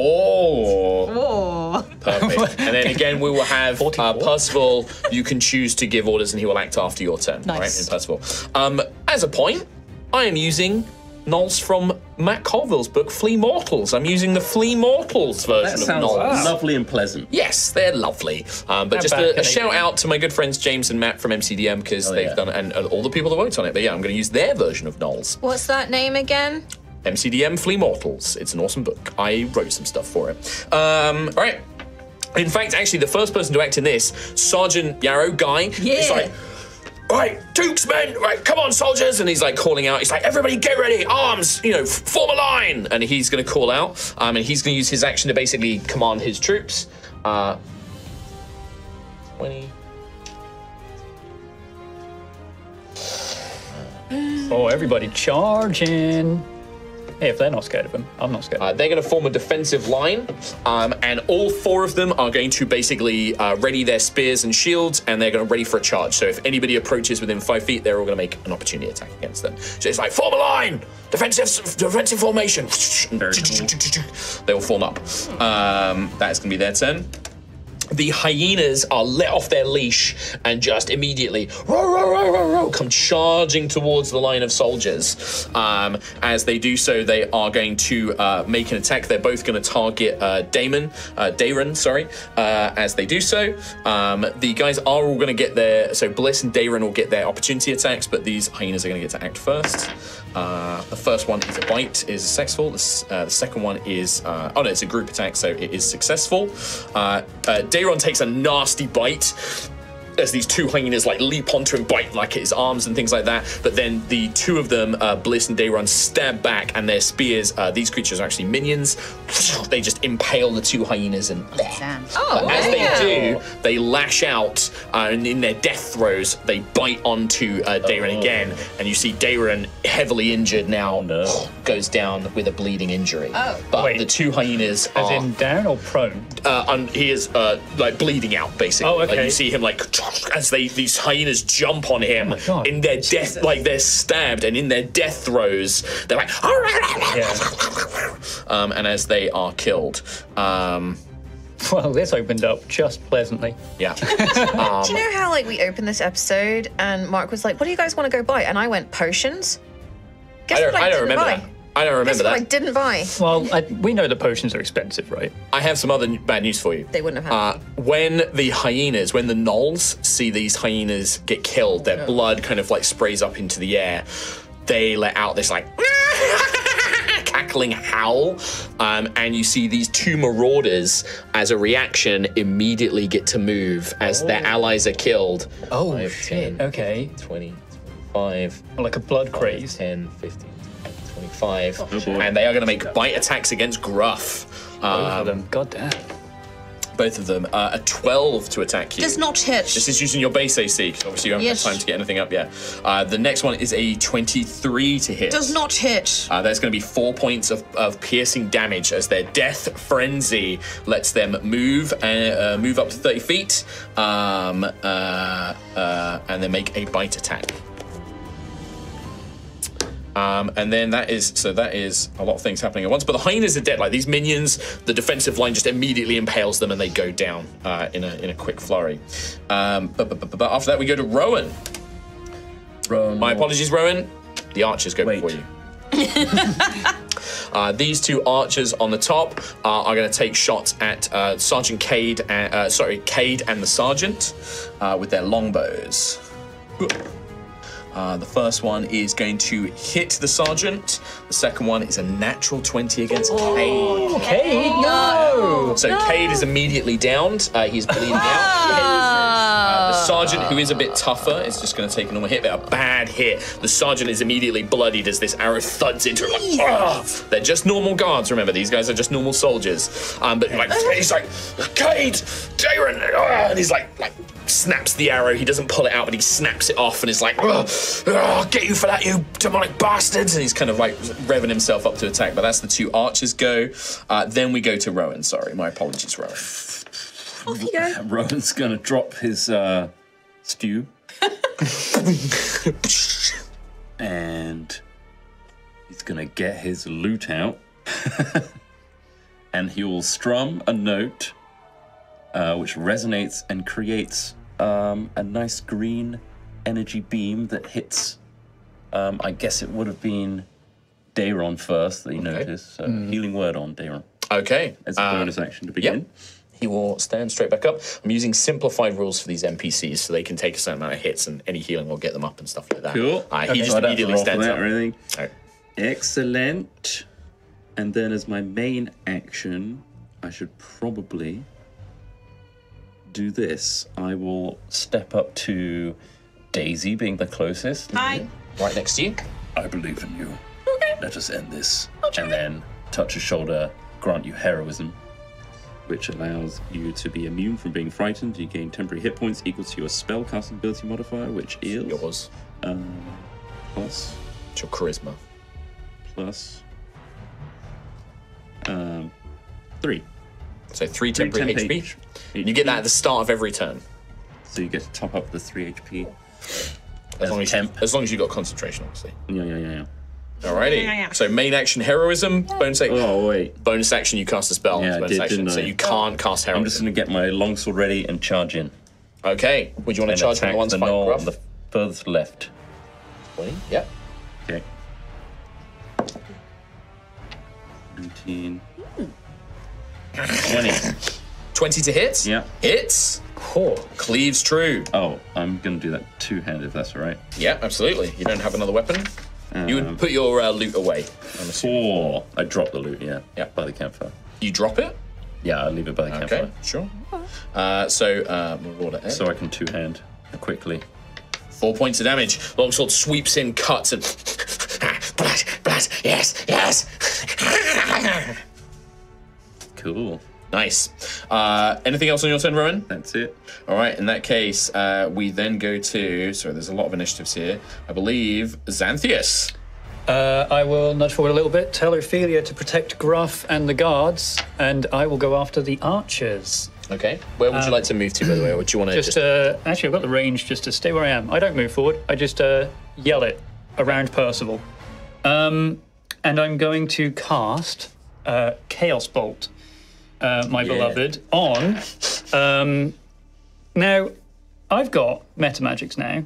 A: Four.
J: (laughs)
B: Perfect. And then again, we will have uh,
D: 44.
B: Percival. You can choose to give orders and he will act after your turn. All right,
A: Nice.
B: in Percival. Um, as a point, I am using Knolls from Matt Colville's book, Flea Mortals. I'm using the Flea Mortals version
J: That
B: of
J: sounds
B: novels.
J: lovely and pleasant.
B: Yes, they're lovely. Um, but
D: How
B: just
D: bad
B: a,
D: can
B: a
D: they
B: shout
D: be?
B: out to my good friends James and Matt from MCDM because
J: Oh,
B: they've
J: yeah.
B: done and, and all the people that worked on it. But yeah, I'm going to use their version of Knowles.
C: What's that name again?
B: MCDM Flea Mortals. It's an awesome book. I wrote some stuff for it. Um, all right. In fact, actually, the first person to act in this, Sergeant Yarrow Guy, is
A: Yeah.
B: like, right, Duke's men, right, come on, soldiers. And he's like calling out, he's like, everybody get ready, arms, you know, f- form a line. And he's going to call out, um, and he's going to use his action to basically command his troops. Uh, 20.
D: Oh, everybody charging. Hey, if they're not scared of him, I'm not scared.
B: Uh, they're going to form a defensive line, um, and all four of them are going to basically uh, ready their spears and shields, and they're going to ready for a charge. So if anybody approaches within five feet, they're all going to make an opportunity attack against them. So it's like form a line, defensive defensive formation. (laughs)
J: Very cool.
B: They will form up. Um, that is going to be their turn the hyenas are let off their leash and just immediately row, row, row, row, row, come charging towards the line of soldiers. Um, as they do so, they are going to uh, make an attack. They're both going to target uh, Damon, uh, Dayron, sorry. Uh, as they do so, um, the guys are all going to get their so Bliss and Dayron will get their opportunity attacks, but these hyenas are going to get to act first. Uh, the first one is a bite, is successful. The, s- uh, the second one is, uh, oh no, it's a group attack, so it is successful. Uh, uh, Daron takes a nasty bite as these two hyenas like leap onto and bite like at his arms and things like that. But then the two of them, uh, Bliss and Dayron, stab back and their spears, uh, these creatures are actually minions, they just impale the two hyenas and
C: Oh,
B: as
C: okay.
B: they do, they lash out, uh, and in their death throes, they bite onto uh, Dayron
D: Oh.
B: again, and you see Dayron heavily injured now, goes down with a bleeding injury. Oh. But
D: Wait.
B: the two hyenas
D: As
B: are,
D: in down or prone? (laughs)
B: uh, un- he is uh, like bleeding out basically.
D: Oh,
B: Like,
D: okay.
B: you see him like as they these hyenas jump on him
D: Oh God.
B: in their death, like they're stabbed, and in their death throes, they're like, "Oh, um, and as they are killed, um,
D: Well, this opened up just pleasantly.
B: yeah. Oh,
C: Do you know how like we opened this episode and Mark was like, "What do you guys want to go buy?" And I went potions. Guess
B: I don't,
C: what I,
B: I don't
C: didn't
B: remember
C: buy.
B: that. I don't
C: Guess
B: remember
C: what I
B: that.
C: didn't buy.
D: Well, I, we know the potions are expensive, right?
B: I have some other n- bad news for you.
C: They wouldn't have had.
B: Uh, when the hyenas, when the gnolls see these hyenas get killed, their blood kind of like sprays up into the air. They let out this like (laughs) cackling howl, um, and you see these two marauders, as a reaction, immediately get to move as their allies are killed.
D: Oh,
B: Five,
D: shit.
B: 10,
D: Okay.
B: 20, 25,
D: Like a blood craze.
B: 10, 15, 25. and they are going to make bite attacks against Gruff. Um,
D: them. God damn.
B: both of them. Uh, a 12 to attack you.
C: Does not hit.
B: This is using your base AC, 'cause obviously you haven't
C: Yes.
B: had time to get anything up yet. Uh, the next one is a 23 to hit.
C: Does not hit.
B: Uh, there's going to be four points of, of piercing damage as their death frenzy lets them move and uh, move up to 30 feet, um, uh, uh, and then make a bite attack. Um, and then that is so that is a lot of things happening at once. But the hyenas are dead. Like these minions, the defensive line just immediately impales them and they go down uh, in a in a quick flurry. Um, but, but, but, but after that, we go to Rowan.
J: Rowan
B: My
J: will-
B: apologies, Rowan. The archers go
J: Wait.
B: before you. Uh, these two archers on the top uh, are going to take shots at uh, Sergeant Cade, and, uh, sorry, Cade and the sergeant uh, with their longbows. Uh, the first one is going to hit the sergeant. The second one is a natural 20 against Cade.
D: Okay. No.
B: So Cade is immediately downed. Uh, he's bleeding out. Uh, the sergeant, who is a bit tougher, is just going to take a normal hit, but a bad hit. The sergeant is immediately bloodied as this arrow thuds into him. Like, "Ugh." They're just normal guards, remember. These guys are just normal soldiers. Um, but like, he's like, Cade, Jaren, and he's like, like snaps the arrow. He doesn't pull it out, but he snaps it off and is like, "Ugh, ugh, I'll get you for that, you demonic bastards. And he's kind of like revving himself up to attack. But that's the two archers go. Uh, then we go to Rowan. Sorry, my apologies, Rowan.
J: Rowan's gonna drop his uh,
B: (laughs)
J: stew. and he's gonna get his loot out. (laughs) and he will strum a note uh, which resonates and creates um, a nice green energy beam that hits. Um, I guess it would have been Dayron first that you
B: Okay.
J: notice. So healing word on Dayron
B: Okay.
J: as a
B: uh,
J: bonus action to
B: yep.
J: begin.
B: He will stand straight back up. I'm using simplified rules for these NPCs so they can take a certain amount of hits and any healing will get them up and stuff like that.
J: Cool.
B: Uh, he
J: Okay,
B: just
J: so I don't have to
B: immediately
J: roll for
B: stands
J: that
B: up.
J: or anything.
B: Alright.
J: Excellent. And then as my main action, I should probably do this. I will step up to Daisy being the closest.
G: Hi.
B: Right next to you.
J: I believe in you. Okay. Let us end this. And then touch your shoulder, grant you heroism, which allows you to be immune from being frightened. You gain temporary hit points equal to your spell casting ability modifier, which is
B: Yours.
J: Um, plus
B: It's your charisma.
J: plus um, three.
B: So three
J: Three
B: temporary
J: temp
B: HP.
J: each.
B: You get that at the start of every turn.
J: So you get to top up the three HP.
B: As long as,
J: temp.
B: as long as you've got concentration, obviously.
J: Yeah, yeah, yeah, yeah.
B: Alrighty. So main action heroism, bonus action.
J: Oh wait,
B: Bonus action, you cast a spell.
J: Yeah, I
B: bonus
J: did,
B: action.
J: didn't
B: So
J: I?
B: you can't cast
J: I'm just
B: heroism.
J: gonna get my longsword ready and charge in.
B: Okay. Would you want
J: And
B: to charge
J: attack
B: the ones
J: the
B: fighting
J: gnoll
B: Gruff?
J: on the furthest left.
B: Twenty? Yep.
J: Okay. 19.
B: (laughs)
J: 20.
B: 20 to hit?
J: Yeah.
B: Hits.
D: Poor.
B: Cleaves true.
J: Oh, I'm gonna do that two handed if that's alright.
B: Yeah, absolutely. You don't have another weapon. you
J: Um,
B: would put your uh, loot away. I'm assuming.
J: Four. I dropped the loot, yeah.
B: Yeah.
J: By the campfire.
B: You drop it.
J: Yeah, I'll leave it by the
B: Okay,
J: campfire.
B: sure. Uh, so uh, we'll roll it. in.
J: So I can two hand quickly.
B: Four points of damage. Longsword sweeps in, cuts, and (laughs) blood, blood. Yes, (laughs) yes.
J: Cool.
B: nice. Uh, anything else on your turn, Rowan?
J: That's it.
B: All right. In that case, uh, we then go to. Sorry, there's a lot of initiatives here. I believe Xanthius.
D: Uh, I will nudge forward a little bit, tell Ophelia to protect Gruff and the guards, and I will go after the archers.
B: Okay. Where would you like to move to, by the way? Or would you want to
D: Just,
B: just?
D: uh, actually, I've got the range just to stay where I am. I don't move forward, I just uh, yell it around Percival. Um, and I'm going to cast uh, Chaos Bolt, uh, my beloved, on. Um, now, I've got Meta Magics now.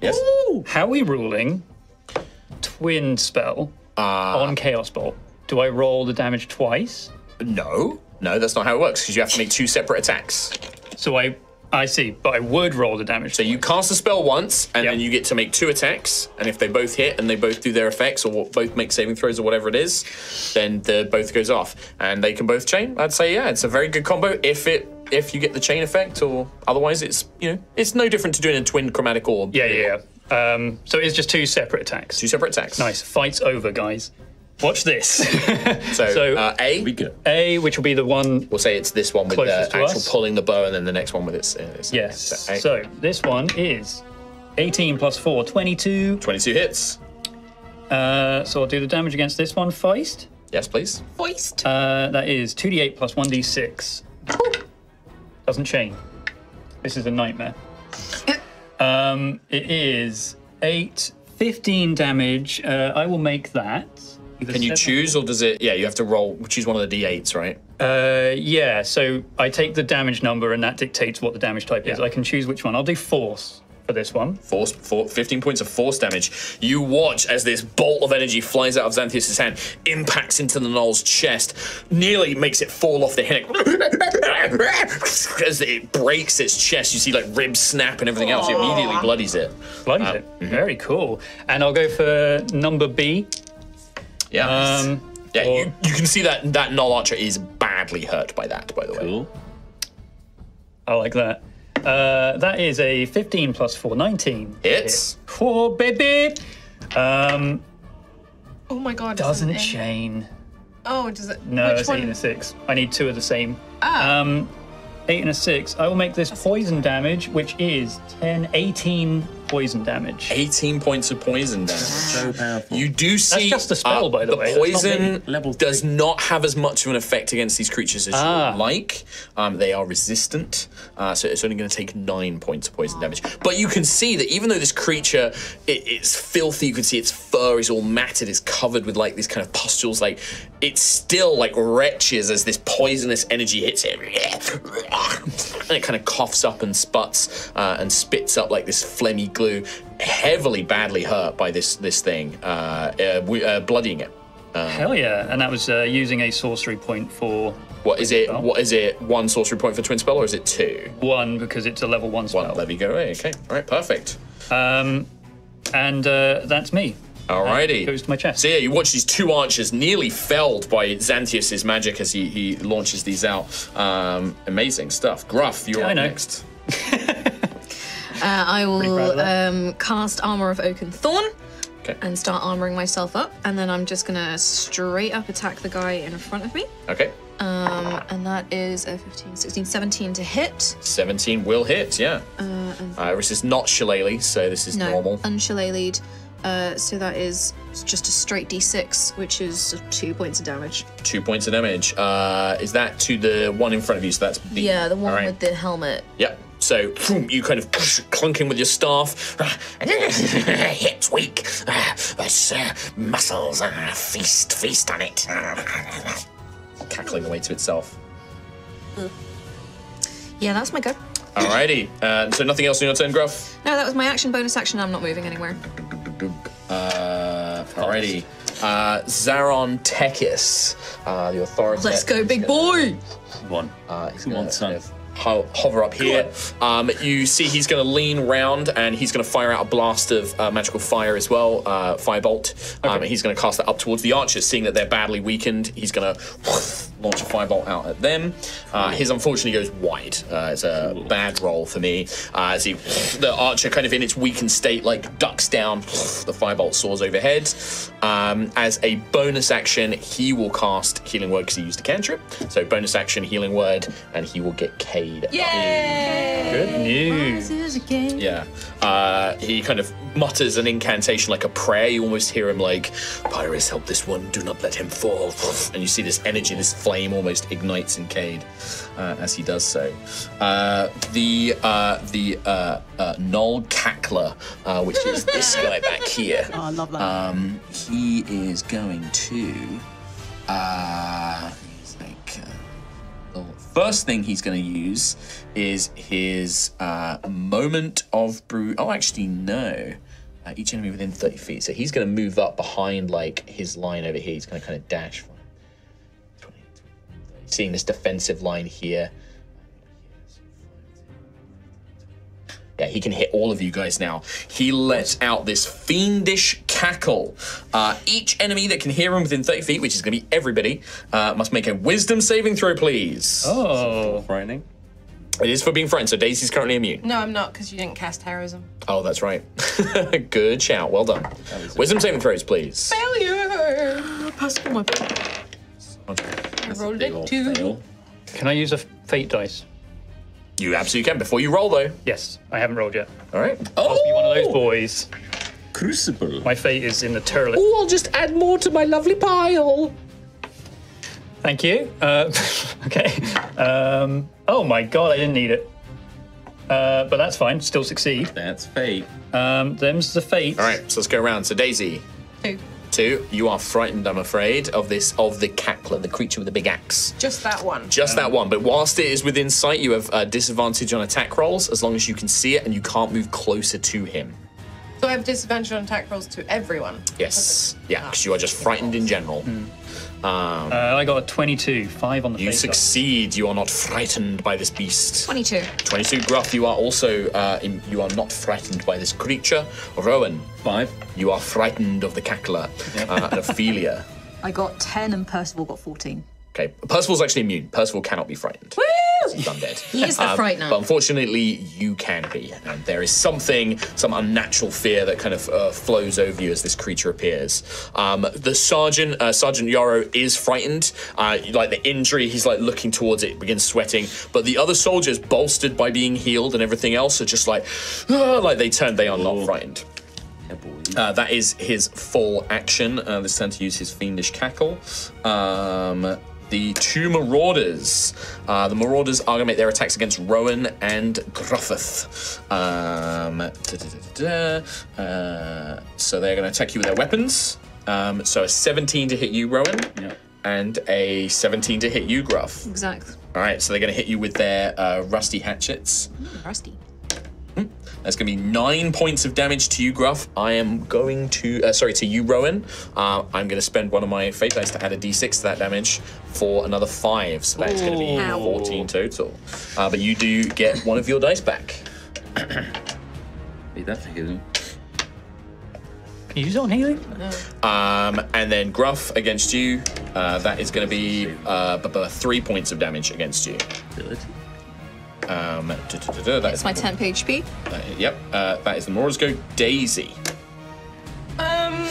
B: Yes.
D: How are we ruling twin spell
B: Ah.
D: on Chaos Bolt? Do I roll the damage twice?
B: No. No, that's not how it works because you have to make two separate attacks.
D: So I I see, but I would roll the damage.
B: So you cast a spell once, and
D: Yep.
B: then you get to make two attacks. And if they both hit and they both do their effects, or both make saving throws, or whatever it is, then the both goes off, and they can both chain. I'd say yeah, it's a very good combo if it if you get the chain effect, or otherwise it's you know it's no different to doing a twin chromatic orb.
D: yeah, yeah. yeah. Um, so it's just two separate attacks.
B: two separate attacks.
D: nice. Fight's over, guys. Watch this.
B: (laughs) So,
D: So-
B: uh, A,
J: We good.
D: A, which will be the one.
B: we'll say it's this one with the
D: Closest to
B: actual
D: us.
B: pulling the bow, and then the next one with its. Uh, its
D: Yes.
B: A.
D: So this one is 18 plus 4, 22.
B: twenty-two hits.
D: Uh, so I'll do the damage against this one, Feist.
B: Yes, please.
G: Foist.
D: Uh, that is 2d8 plus 1d6. Doesn't change. This is a nightmare. um, it is 8, 15 damage. Uh, I will make that.
B: Can you choose, or does it? Yeah, you have to roll. Choose one of the d8s, right?
D: Uh, yeah, so I take the damage number and that dictates what the damage type is. I can choose which one. I'll do force for this one.
B: force, for, 15 points of force damage. You watch as this bolt of energy flies out of Xanthius' hand, impacts into the knoll's chest, nearly makes it fall off the hinnock. as it breaks its chest, you see like ribs snap and everything else. It immediately bloodies it.
D: Bloody it.
B: Mm-hmm.
D: Very cool. And I'll go for number B.
B: Yeah.
D: Um,
B: yeah,
D: or-
B: you, you can see that that knoll archer is badly hurt by that, by the way.
J: Cool.
D: I like that. Uh, that is a 15 plus 4, 19.
B: Hits.
D: Oh, baby. Um,
G: Oh my god. it's
D: doesn't
G: an A.
D: chain.
G: Oh, does it?
D: No,
G: Which
D: it's eight
G: one? Ah.
D: and a six. I need two of the same. Um, eight and a six. I will make this poison damage, which is 10, 18 poison damage.
B: 18 points of poison damage.
J: So powerful.
B: You do see uh,
D: just the spell, by the way. That's not
B: poison
J: me. Level
B: does
J: three.
B: not have as much of an effect against these creatures as you
D: Ah.
B: would like. Um, they are resistant, uh, so it's only going to take nine points of poison damage. But you can see that even though this creature it, it's filthy, you can see its fur is all matted, it's covered with like these kind of pustules. Like it still like retches as this poisonous energy hits it, and it kind of coughs up and sputs uh, and spits up like this phlegmy glue. Heavily, badly hurt by this this thing, uh, uh, we- uh, bloodying it.
D: Hell yeah! And that was uh, using a sorcery point for
B: What is it? What is it? One sorcery point for twin spell, or is it two?
D: one because it's a level one
B: One.
D: spell.
B: There we go. Hey, Okay. All right. Perfect.
D: Um, and uh, that's me.
B: Alrighty.
D: Goes to my chest.
B: So yeah, you watch these two archers nearly felled by Xanthius' magic as he, he launches these out. Um, amazing stuff. Gruff, you're
D: I
B: up
D: know.
B: next.
E: Uh, I
D: proud of
E: will
D: that.
E: um, cast Armor of Oak and Thorn
B: Okay.
E: and start armoring myself up, and then I'm just gonna straight up attack the guy in front of me.
B: Okay.
E: Um, and that is a 15, 16, 17 to hit.
B: 17 will hit, yeah.
E: Uh, and
B: Uh, this is not shillelagh, so this is
E: no,
B: normal.
E: unshalaleed. Uh, so that is just a straight d6, which is two points of damage.
B: Two points of damage. Uh, is that to the one in front of you? So that's the,
E: Yeah, the one
B: All right.
E: with the helmet.
B: Yep. So phoom, you kind of clunking with your staff. (laughs) Hips weak. Those uh, muscles. ah, Feast, feast on it. Cackling away to itself.
E: Yeah, that's my go.
B: Alrighty. Uh, so nothing else in your turn, Gruff.
E: No, that was my action, bonus action. I'm not moving anywhere.
B: Uh, alrighty. Uh, Zaron Tekis, uh, the authority.
E: Let's go, big boy!
J: One.
B: Uh, he's
J: Come
B: gonna
J: on, son.
B: kind of ho- hover up here. Um, you see, he's going to lean round and he's going to fire out a blast of uh, magical fire as well, uh, firebolt. Um, and he's going to cast that up towards the archers, seeing that they're badly weakened. He's going to (laughs) launch a firebolt out at them. Uh, his unfortunately goes wide. Uh, it's a bad roll for me. Uh, as he, the archer, kind of in its weakened state, like ducks down. The firebolt soars overhead. Um, as a bonus action, he will cast healing word because he used a cantrip. So bonus action, healing word, and he will get K'd.
D: Good news.
B: Yeah. Uh, he kind of mutters an incantation like a prayer. You almost hear him like, Pyrus, help this one. Do not let him fall. (laughs) And you see this energy, this flame almost ignites in Cade uh, as he does so. Uh, the uh, the uh, uh, Null Cackler, uh, which is this guy back here.
I: Oh, I love that.
B: Um, he is going to. Uh, he's like, uh, the first thing he's going to use is his uh, moment of brew. Oh, actually, no. Uh, each enemy within 30 feet. So he's going to move up behind like his line over here. He's going to kind of dash. for it. 20, 20, Seeing this defensive line here. Yeah, he can hit all of you guys now. He lets out this fiendish cackle. Uh, each enemy that can hear him within 30 feet, which is going to be everybody, uh, must make a wisdom saving throw, please.
D: Oh,
J: Frightening.
B: It is for being friends, so Daisy's currently immune.
G: No, I'm not, because you didn't cast heroism.
B: Oh, that's right. (laughs) Good shout. Well done. Wisdom saving throws, please.
G: Failure!
B: Okay.
G: I rolled
J: Big
G: it
J: ol'
G: too.
J: fail.
D: can I use a fate dice?
B: You absolutely can before you roll, though.
D: Yes, I haven't rolled yet.
B: All right.
D: Must be one of those
B: Oh,
D: boys.
J: Crucible.
D: My fate is in the turlet.
B: Ooh, I'll just add more to my lovely pile.
D: Thank you. Uh, (laughs) okay. Um, oh my god, I didn't need it. Uh, but that's fine. Still succeed.
J: That's fate.
D: Um, them's the fate.
B: All right, so let's go around. So Daisy,
G: Two.
B: two, you are frightened, I'm afraid, of this of the cackler, the creature with the big axe.
G: Just that one.
B: Just that one. But whilst it is within sight, you have uh, disadvantage on attack rolls as long as you can see it and you can't move closer to him.
G: So I have disadvantage on attack rolls to everyone.
B: Yes. Yeah, because you are just frightened in general.
D: Uh, I got a 22, five on the
B: You
D: fate dice.
B: succeed. You are not frightened by this beast.
E: 22.
B: 22 Gruff, you are also, uh, in, you are not frightened by this creature. Rowan,
J: Five.
B: you are frightened of the cackler uh, and Ophelia.
I: I got 10 and Percival got 14.
B: Okay, Percival's actually immune. Percival cannot be frightened. He's undead.
E: He is the frightener.
B: But unfortunately, you can be. And there is something, some unnatural fear that kind of uh, flows over you as this creature appears. Um, the sergeant, uh, Sergeant Yarrow, is frightened. Uh, like the injury, he's like looking towards it, begins sweating. But the other soldiers, bolstered by being healed and everything else, are just like, "Ah," like they turn, they are not frightened.
J: Yeah, boy.
B: Uh, that is his full action. Uh, this time to use his fiendish cackle. Um, the two marauders. Uh, the marauders are going to make their attacks against Rowan and Gruffith. Um, da-da-da-da-da. Uh, so they're going to attack you with their weapons. Um, so a 17 to hit you, Rowan,
J: Yep.
B: and a 17 to hit you, Gruff.
E: Exactly.
B: All right, so they're going to hit you with their uh, rusty hatchets.
E: Rusty.
B: That's going to be nine points of damage to you, Gruff. I am going to, uh, sorry, to you, Rowan. Uh, I'm going to spend one of my fate dice to add a d6 to that damage for another five. So that's going to be 14 total. Uh, but you do get one of your dice back.
J: Hey, that figures.
D: Can you use it on healing?
B: Um, and then Gruff against you. Uh, that is going to be uh, b- b- three points of damage against you.
J: Ability.
B: Um, duh, duh, duh, duh, that
E: It's
B: is
E: my temp HP.
B: Uh, yep, uh, that is the Mora's go Daisy.
G: Um,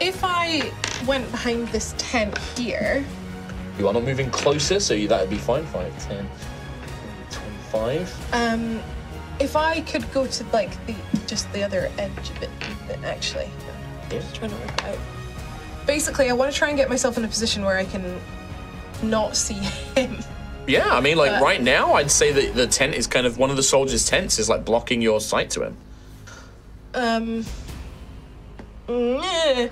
G: if I went behind this tent here,
B: You are not moving closer, so you, that would be fine. 5, 10, 25.
G: um, if I could go to like the just the other edge of it, even, actually, I'm just trying to work it out. Basically, I want to try and get myself in a position where I can not see (laughs) him.
B: Yeah, I mean, like right now, I'd say that the tent is kind of one of the soldiers' tents is like blocking your sight to him.
G: Um, meh.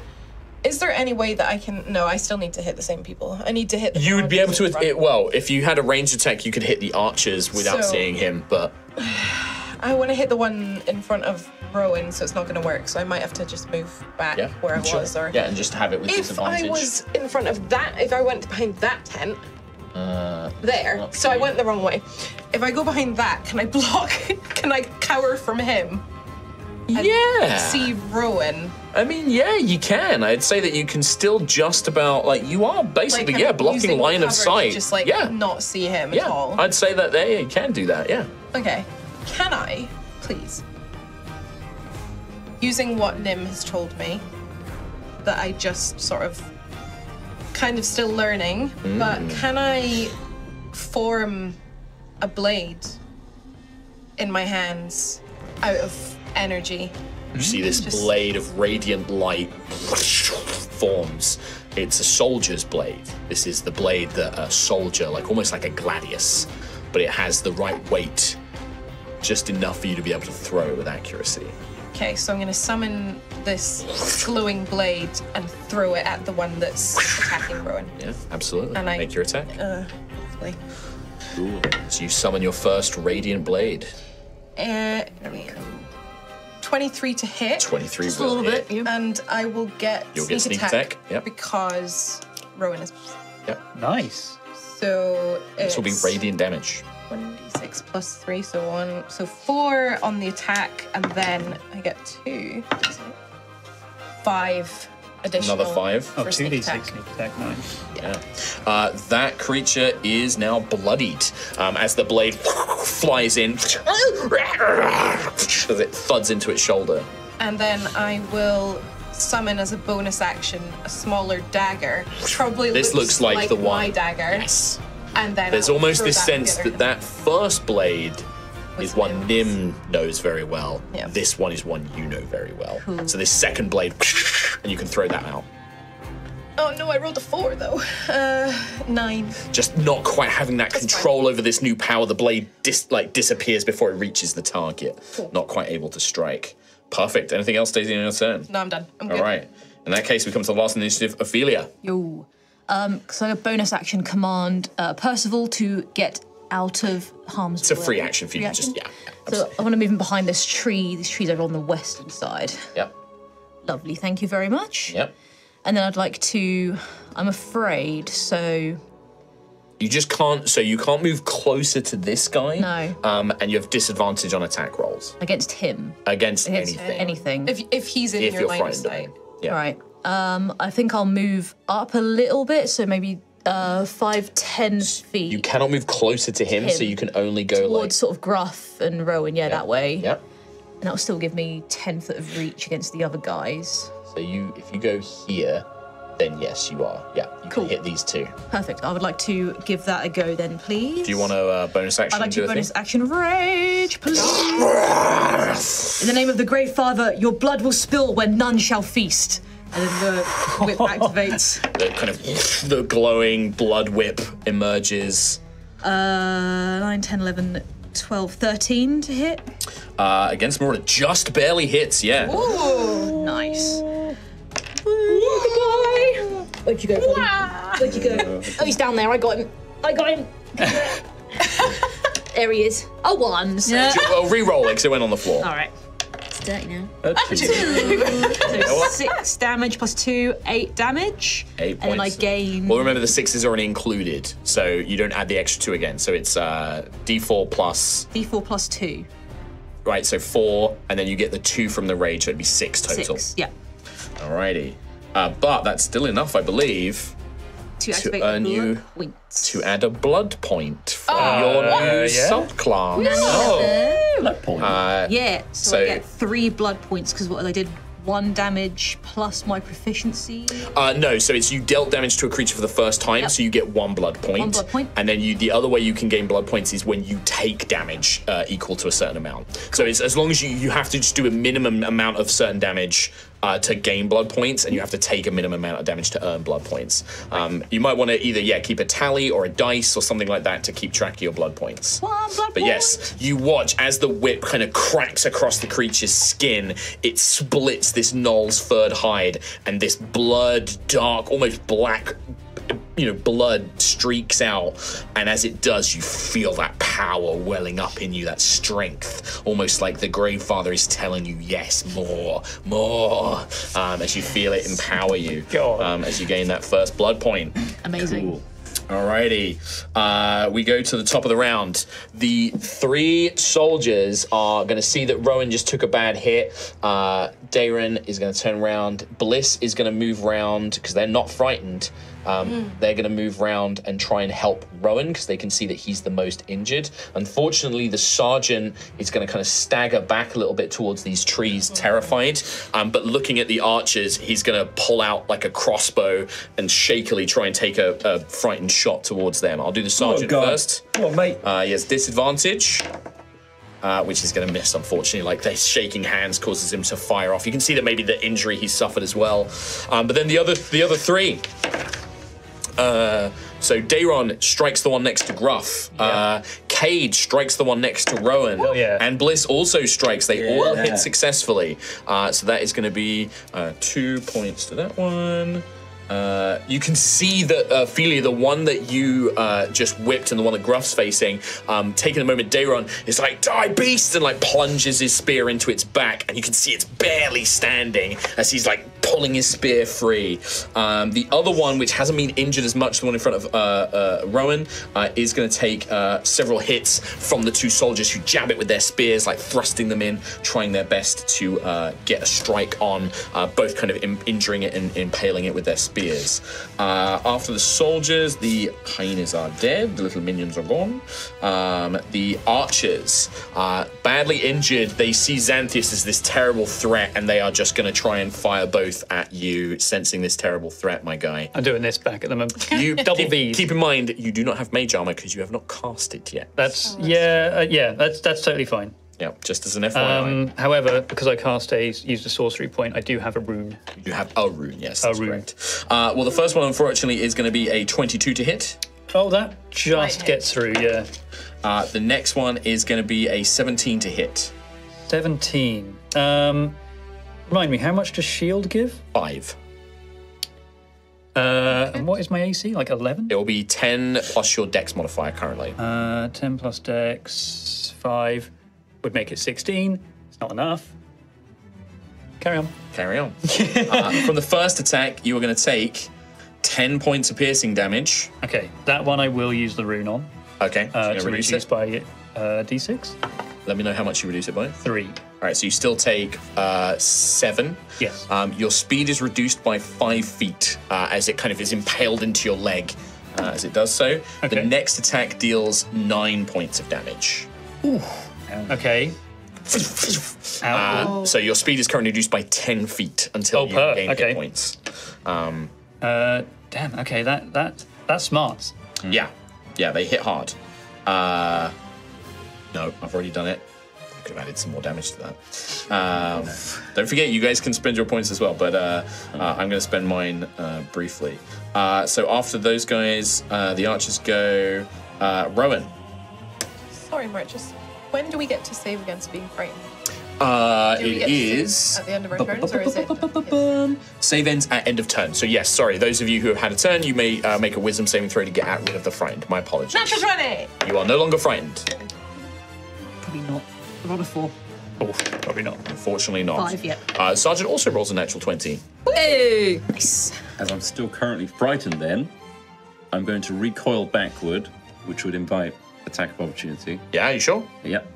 G: is there any way that I can? No, I still need to hit the same people. I need to hit. The
B: You would be able
G: ones
B: to,
G: in front.
B: it, well, if you had a ranged attack, you could hit the archers without
G: So-
B: seeing him, but
G: I want to hit the one in front of Rowan, so it's not going to work. So I might have to just move back
B: yeah.
G: where I
B: sure.
G: was. Or
B: Yeah, and just have it with
G: if
B: disadvantage.
G: I was in front of that, if I went behind that tent
B: Uh,
G: there, so I
B: Okay.
G: went the wrong way. If I go behind that, can I block? (laughs) can I cower from him?
B: yeah.
G: See Rowan.
B: I mean, yeah, you can. I'd say that you can still just about like you are basically
G: kind
B: yeah
G: of
B: blocking
G: using
B: line
G: cover
B: of
G: to
B: sight.
G: Just like
B: yeah,
G: not see him
B: yeah.
G: at all.
B: I'd say that there you can do that. Yeah.
G: Okay. Can I, please, using what Nim has told me, that I just sort of kind of still learning, but
B: Mm.
G: can I form a blade in my hands out of energy?
B: You see this
G: Just-
B: blade of radiant light forms. It's a soldier's blade. This is the blade that a soldier, like almost like a gladius, but it has the right weight, just enough for you to be able to throw it with accuracy.
G: Okay, so I'm going to summon this glowing blade and throw it at the one that's attacking Rowan.
B: Yeah, absolutely.
G: And I- uh,
B: Make your attack.
G: Hopefully.
J: Cool.
B: so you summon your first radiant blade.
G: Uh, 23 to hit.
B: Twenty-three.
E: Just a little
B: will hit.
E: bit. Yeah.
G: And I will get
B: You'll
G: sneak
B: get sneak
G: attack,
B: attack, yep.
G: because Rowan is
D: Nice.
G: so.
B: This will be
G: it's
B: radiant damage.
G: 1d6 plus three, so one, so four on the attack, and then I get two, five additional.
B: Another five.
D: Oh,
G: for sneak
D: 2d6
G: attack.
D: sneak attack, nice.
B: Yeah. Uh, that creature is now bloodied um, as the blade (laughs) flies in (laughs) as it thuds into its shoulder.
G: And then I will summon as a bonus action a smaller dagger. Probably
B: This looks like the one.
G: my dagger.
B: Yes.
G: And then
B: There's
G: I'll
B: almost
G: throw
B: this
G: that
B: sense
G: together
B: that
G: in a-
B: that first blade is one Nim knows very well.
G: Yeah.
B: This one is one you know very well. So this second blade, (laughs) and you can throw that out.
G: Oh no, I rolled a four though. Uh, nine.
B: Just not quite having that control over this new power. The blade dis- like disappears before it reaches the target. Not quite able to strike. Perfect. Anything else, Daisy, in your turn?
G: No, I'm done. I'm good.
B: All right. In that case, we come to the last initiative, Ophelia.
I: Yo. Um, so I got bonus action command uh, Percival to get out of harm's
B: It's a free action for you. to Just yeah.
I: So
B: absolutely.
I: I want to move in behind this tree. This tree's over on the western side.
B: Yep.
I: Lovely, thank you very much.
B: Yep.
I: And then I'd like to. I'm afraid, so
B: You just can't. So you can't move closer to this guy.
I: No.
B: Um, and you have disadvantage on attack rolls
I: against him,
B: against
I: against
B: anything.
I: anything.
G: If, if he's in
B: If
G: your
B: you're
G: line of
B: frightened of
G: sight.
B: him. Yeah.
I: Right. Um, I think I'll move up a little bit, so maybe uh, five, ten feet
B: You cannot move closer to him, so
I: Him.
B: you can only go
I: towards
B: like.
I: sort of Gruff and Rowan, yeah, that way.
B: Yep.
I: And that'll still give me ten foot of reach against the other guys.
B: So you, if you go here, then yes, you are. Yeah. You
I: Cool.
B: can hit these two.
I: Perfect. I would like to give that a go then, please.
B: Do you want to uh, bonus action?
I: I'd like
B: do
I: to
B: a thing?
I: bonus action rage, please. In the name of the Great Father, your blood will spill when none shall feast. And then the whip activates.
B: The kind of (laughs) the glowing blood whip emerges
I: Uh, 9, 10, 11, 12, 13 to hit.
B: uh, against Marauder. Just barely hits. Yeah.
I: Nice. Goodbye. Where'd you go, buddy? (laughs) Where'd you go? Oh, he's down there. I got him. I got him.
K: There he is. A one. So
B: Do- Well, re-roll it because it went on the floor.
K: All right. It's dirty now.
B: A
I: (laughs)
B: two.
K: So six damage plus two, eight damage.
B: Eight
K: And then I
B: points.
K: gain.
B: Well, remember the six is already included, so you don't add the extra two again. So it's uh, D4 plus
K: D4 plus two.
B: right, so four, and then you get the two from the rage, so it'd be six total.
K: Six. Yeah.
B: Alrighty, uh, but that's still enough, I believe,
K: To
B: to
K: activate
B: earn
K: blood
B: you
K: point.
B: to add a blood point from your new
J: yeah.
B: subclass.
J: Blood point.
B: Oh. Uh,
K: Yeah, so,
B: So-
K: I get three blood points because what I did one damage plus my proficiency.
B: Uh, no, so it's you dealt damage to a creature for the first time,
K: Yep.
B: so you get one blood point.
K: One blood point.
B: And then you, the other way you can gain blood points is when you take damage uh, equal to a certain amount. So it's as long as you you have to just do a minimum amount of certain damage. Uh, to gain blood points, and you have to take a minimum amount of damage to earn blood points. Um, you might want to either, yeah, keep a tally or a dice or something like that to keep track of your blood points.
K: One blood
B: But
K: point.
B: yes, you watch as the whip kind of cracks across the creature's skin. It splits this gnoll's furred hide, and this blood, dark, almost black, you know, blood streaks out. And as it does, you feel that power welling up in you, that strength, almost like the Gravefather is telling you, yes, more, more, um, as you feel it empower you um, as you gain that first blood point.
K: Amazing.
B: Alrighty, uh, we go to the top of the round. The three soldiers are going to see that Rowan just took a bad hit. Uh, Darren is going to turn round. Bliss is going to move round because they're not frightened. Um, They're going to move round and try and help Rowan because they can see that he's the most injured. Unfortunately, the sergeant is going to kind of stagger back a little bit towards these trees, terrified. Um, but looking at the archers, he's going to pull out like a crossbow and shakily try and take a, a frightened shot towards them. I'll do the sergeant
J: God.
B: first.
D: Well, mate,
B: Uh, he has disadvantage, uh, which is going to miss, unfortunately. Like, their shaking hands causes him to fire off. You can see that maybe the injury he suffered as well. Um, but then the other, the other three. Uh, so Dayron strikes the one next to Gruff. Uh, Cade strikes the one next to Rowan.
D: Hell yeah.
B: And Bliss also strikes. They all
J: Yeah.
B: hit successfully. Uh, so that is going to be uh, two points to that one. Uh, you can see that uh, Felia, the one that you uh, just whipped and the one that Gruff's facing, um, taking a moment, Dayron is like, Die, beast! and like plunges his spear into its back, and you can see it's barely standing as he's like pulling his spear free. Um, the other one, which hasn't been injured as much, the one in front of uh, uh, Rowan, uh, is going to take uh, several hits from the two soldiers who jab it with their spears, like thrusting them in, trying their best to uh, get a strike on, uh, both kind of im- injuring it and impaling it with their spears. Uh, after the soldiers, the hyenas are dead, the little minions are gone. Um, the archers, uh, badly injured, they see Xanthius as this terrible threat, and they are just going to try and fire both at you, sensing this terrible threat, my guy.
D: I'm doing this back at the moment.
B: (laughs) You
D: double
B: keep,
D: V's.
B: Keep in mind, you do not have mage armor because you have not cast it yet.
D: That's yeah, uh, yeah. That's that's totally fine.
B: Yeah, just as an FYI,
D: Um, however, because I cast a used a sorcery point, I do have a rune.
B: you have a rune. Yes, that's
D: rune.
B: correct. Uh, well, the first one, unfortunately, is going to be a 22 to hit.
D: Oh, that just gets through. Yeah,
B: Uh, the next one is going to be a 17 to hit.
D: seventeen. Um, remind me, how much does shield give?
B: Five.
D: Uh, and what is my AC? Like eleven.
B: It will be 10 plus your dex modifier currently.
D: Uh, ten plus Dex five would make it sixteen. It's not enough. Carry on.
B: Carry
D: (laughs)
B: on. Uh, from the first attack, you are going to take 10 points of piercing damage.
D: Okay, that one I will use the rune on
B: Okay, so
D: uh,
B: you're gonna
D: to
B: reduce
D: reduce
B: it.
D: by uh, d6.
B: Let me know how much you reduce it by. All
D: Three.
B: right, so you still take uh, seven.
D: Yes.
B: Um, your speed is reduced by five feet uh, as it kind of is impaled into your leg uh, as it does so. The
D: Okay.
B: next attack deals nine points of damage.
D: Okay.
B: Uh, So your speed is currently reduced by 10 feet until
D: Oh,
B: you
D: per-
B: gain
D: okay.
B: hit points.
D: Uh, damn. Okay, that that that's smart.
B: Yeah, yeah, they hit hard. Uh, no, I've already done it. I could have added some more damage to that. Um, don't forget, you guys can spend your points as well, but uh, uh, I'm going to spend mine uh, briefly. Uh, so after those guys, uh, the archers go. Uh, Rowan,
G: Sorry, Marcus. When do we get to save against being frightened?
B: uh,
G: Do we
B: it
G: get to
B: is.
G: save at the end of our turns, or is it?
B: (laughs) Save ends at end of turn. So yes, sorry. Those of you who have had a turn, you may uh, make a wisdom saving throw to get out rid of the frightened. My apologies.
G: Natural twenty.
B: You are no longer frightened.
K: Not a four.
B: Oh, probably not. Unfortunately not.
K: Five, yep.
B: Uh, Sergeant also rolls a natural 20.
K: Hey! Nice.
J: As I'm still currently frightened, then I'm going to recoil backward, which would invite attack of opportunity.
B: Yeah, you sure?
J: Yep.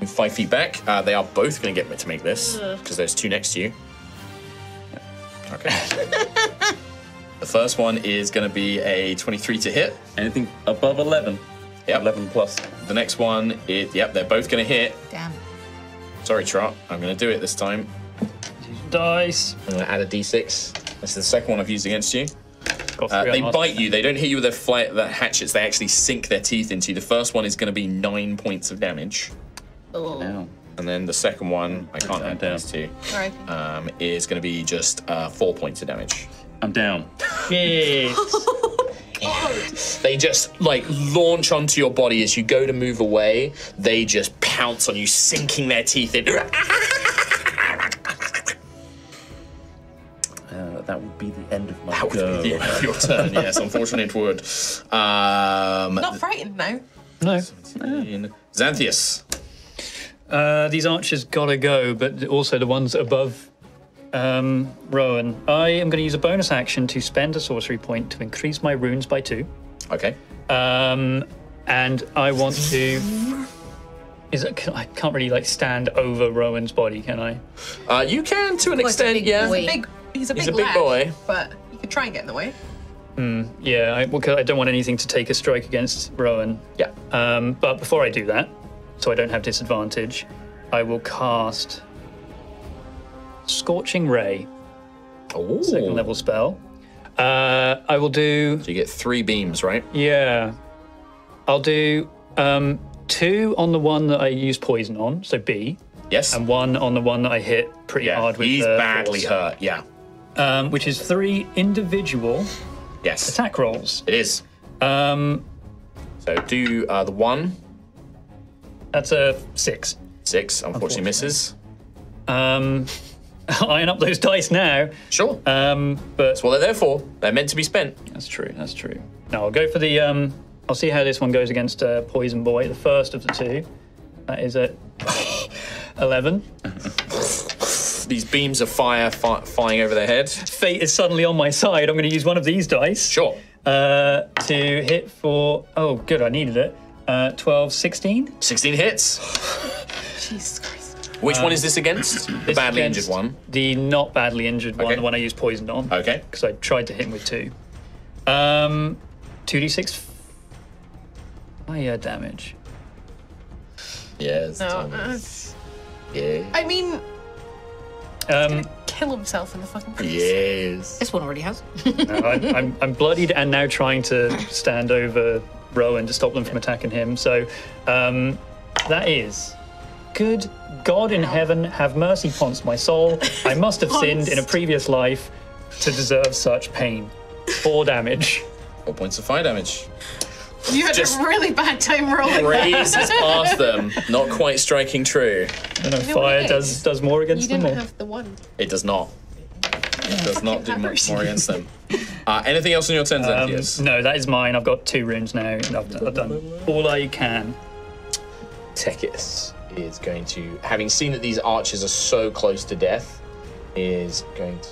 B: Move Five feet back. Uh, they are both going to get me to make this because there's two next to you. Okay. (laughs) the first one is going to be a 23 to hit.
J: Anything above 11.
B: Yep.
J: 11 plus.
B: The next one, is, yep, they're both going to hit.
K: Damn.
B: Sorry, Trot. I'm going to do it this time.
D: Dice.
B: I'm going to add a d6. This is the second one I've used against you.
D: Got
B: Uh,
D: three
B: they
D: on last-
B: bite you. They don't hit you with their flat, their hatchets. They actually sink their teeth into you. The first one is going to be nine points of damage,
J: Now.
B: and then the second one I can't add these two.
G: Sorry.
B: Um, is going to be just uh, four points of damage.
J: I'm down.
B: They just like launch onto your body as you go to move away. They just pounce on you, sinking their teeth in. (laughs)
J: Uh, that would be the end of my
B: That would
J: go.
B: be the end of your turn. Yes, unfortunately it would. Um,
G: Not frightened now.
D: No.
B: Xanthius.
D: Uh, these archers gotta go, but also the ones above um, Rowan. I am going to use a bonus action to spend a sorcery point to increase my runes by two.
B: Okay.
D: Um, and I want to. Is it, can- I can't really like stand over Rowan's body, can I?
B: Uh, you can to an extent, yeah.
G: He's a big, he's a big,
B: He's a big
G: lad,
B: boy.
G: But you could try and get in the way.
D: Yeah, I, well, 'cause I don't want anything to take a strike against Rowan.
B: Yeah. Uh,
D: Um, but before I do that, so I don't have disadvantage, I will cast Scorching Ray,
B: Ooh.
D: second level spell. Uh, I will do
B: So you get three beams, right?
D: Yeah. I'll do um, two on the one that I use poison on, so B,
B: Yes.
D: and one on the one that I hit pretty
B: yeah.
D: hard with.
B: He's
D: uh,
B: badly
D: force.
B: hurt. Yeah.
D: Um, which is three individual
B: Yes.
D: attack rolls.
B: It is.
D: Um,
B: So do uh, the one
D: that's a six.
B: six. Unfortunately, misses.
D: Um, (laughs) iron up those dice now.
B: Sure.
D: Um, but
B: That's what they're there for. They're meant to be spent.
D: that's true. That's true. No, I'll go for the. Um, I'll see how this one goes against uh, Poison Boy, the first of the two. That is at (laughs) eleven.
B: These beams of fire fi- flying over their head.
D: Fate is suddenly on my side. I'm going to use one of these dice.
B: Sure.
D: uh, to hit for. Oh, good, I needed it. Uh, 12, 16.
B: Sixteen hits.
G: Jesus Christ.
B: Which one is this against? The
D: It's
B: badly
D: against
B: injured one.
D: The not badly injured one,
B: Okay.
D: the one I used poisoned on.
B: Okay.
D: Because I tried to hit him with two. Um, 2d6 fire damage.
B: Yes.
G: No. uh,
B: Yeah.
G: I mean,
D: Um,
G: kill himself in the fucking.
B: Yes.
K: This one already has.
D: I, I'm, I'm bloodied and now trying to stand over Rowan to stop them from attacking him. So um, that is. Good God in heaven, have mercy upon my soul. I must have sinned in a previous life to deserve such pain. Four damage.
B: Four points of fire damage.
G: You had
B: Just-
G: a really bad time rolling.
B: Raises past them, not quite striking true.
D: I don't know,
G: know what
D: fire
G: it
D: does
G: is?
D: does more
G: You
D: against them.
G: didn't
D: Or?
G: have the one.
B: It does not. It does not do much more against them. Uh, anything else on your turn,
D: Um,
B: Xanthius?
D: No, that is mine. I've got two runes now. and I've, I've done all I can.
B: Tekis is going to, having seen that these archers are so close to death, is going to.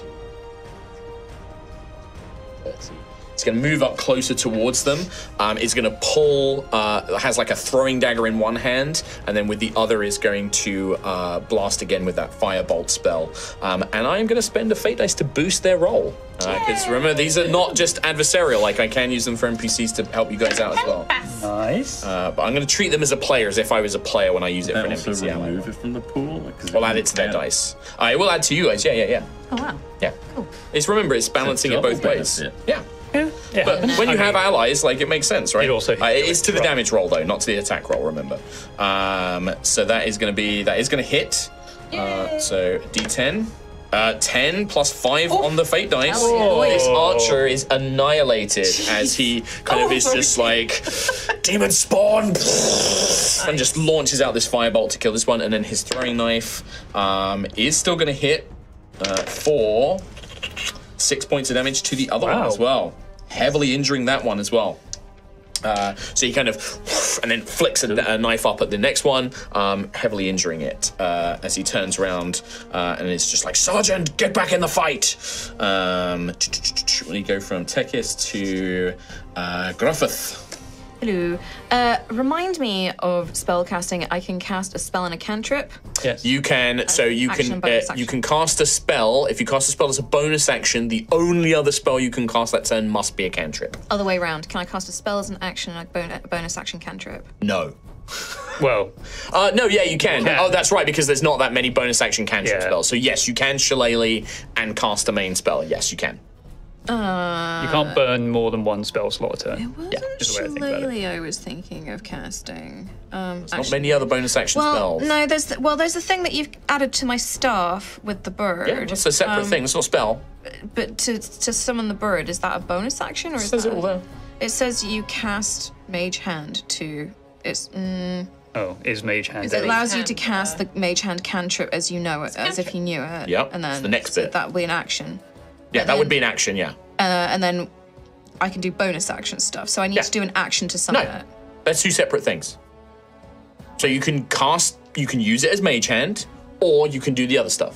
B: 30. It's going to move up closer towards them. Um, it's going to pull, uh, has like a throwing dagger in one hand, and then with the other is going to uh, blast again with that firebolt spell. Um, and I am going to spend a fate dice to boost their roll. Because remember, these are not just adversarial, like I can use them for NPCs to help you guys out as well.
D: Nice.
B: Uh, but I'm going to treat them as a player as if I was a player when I use it for
J: That
B: an
J: also
B: NPC ally.
J: remove it from the pool. 'Cause
B: We'll add it to their
J: Yeah.
B: dice. I will add to you guys. Yeah, yeah, yeah.
K: Oh, wow.
B: Yeah. It's remember, it's balancing it
J: double
B: both ways.
J: benefit.
B: Yeah.
D: yeah.
B: But when you have allies, like it makes sense, right?
D: It also
B: uh, it
D: hits
B: is to the
D: right.
B: damage roll though, not to the attack roll. Remember. Um, so that is going to be that is going to hit. Uh, so D10. Uh, 10 plus 5 on the fate dice. This archer is annihilated as he kind of is just like, Demon spawn! And just launches out this firebolt to kill this one. And then his throwing knife um, is still going to hit uh, for six points of damage to the other one
D: Wow.
B: as well. Heavily injuring that one as well. Uh, so he kind of and then flicks a, a knife up at the next one, um, heavily injuring it uh, as he turns around uh, and is just like, Sergeant, get back in the fight! Um, we go from Tekis to uh, Gruffith.
C: Hello. Uh, remind me of spell casting. I can cast a spell and a cantrip.
D: Yes.
B: You can. So you
C: Uh, Action,
B: can. uh,
C: bonus
B: you can cast a spell. If you cast a spell as a bonus action, the only other spell you can cast that turn must be a cantrip.
C: Other way around. Can I cast a spell as an action and a bon- a bonus action cantrip?
B: No.
D: Well.
B: Uh, no, yeah, you can. Oh, that's right, because there's not that many bonus action cantrip spells. So yes, you can shillelagh and cast a main spell. Yes, you can.
C: Uh,
D: You can't burn more than one spell slot a turn.
C: Yeah,
D: is the way I think about it.
C: Shillelagh, I was thinking of casting. Um,
B: There's not many other bonus action
C: well,
B: spells.
C: no, there's the, well, there's the thing that you've added to my staff with the bird.
B: Yeah, that's a separate
C: Um,
B: thing. It's not a spell.
C: But to to summon the bird, is that a bonus action or is
B: says
C: that
B: it all
C: a- It says you cast Mage Hand to. It's. Mm,
D: Oh, is mage hand?
C: it
D: a-
C: allows you to cast the Mage Hand cantrip as you know it, as if you knew it.
B: uh, Yep,
C: And
B: it's
C: then
B: the next
C: so
B: bit.
C: That would be an action.
B: Yeah, that would be an action. Yeah.
C: Uh, and then I can do bonus action stuff. So I need to do an action to summon it.
B: That's two separate things. So you can cast, you can use it as mage hand, or you can do the other stuff.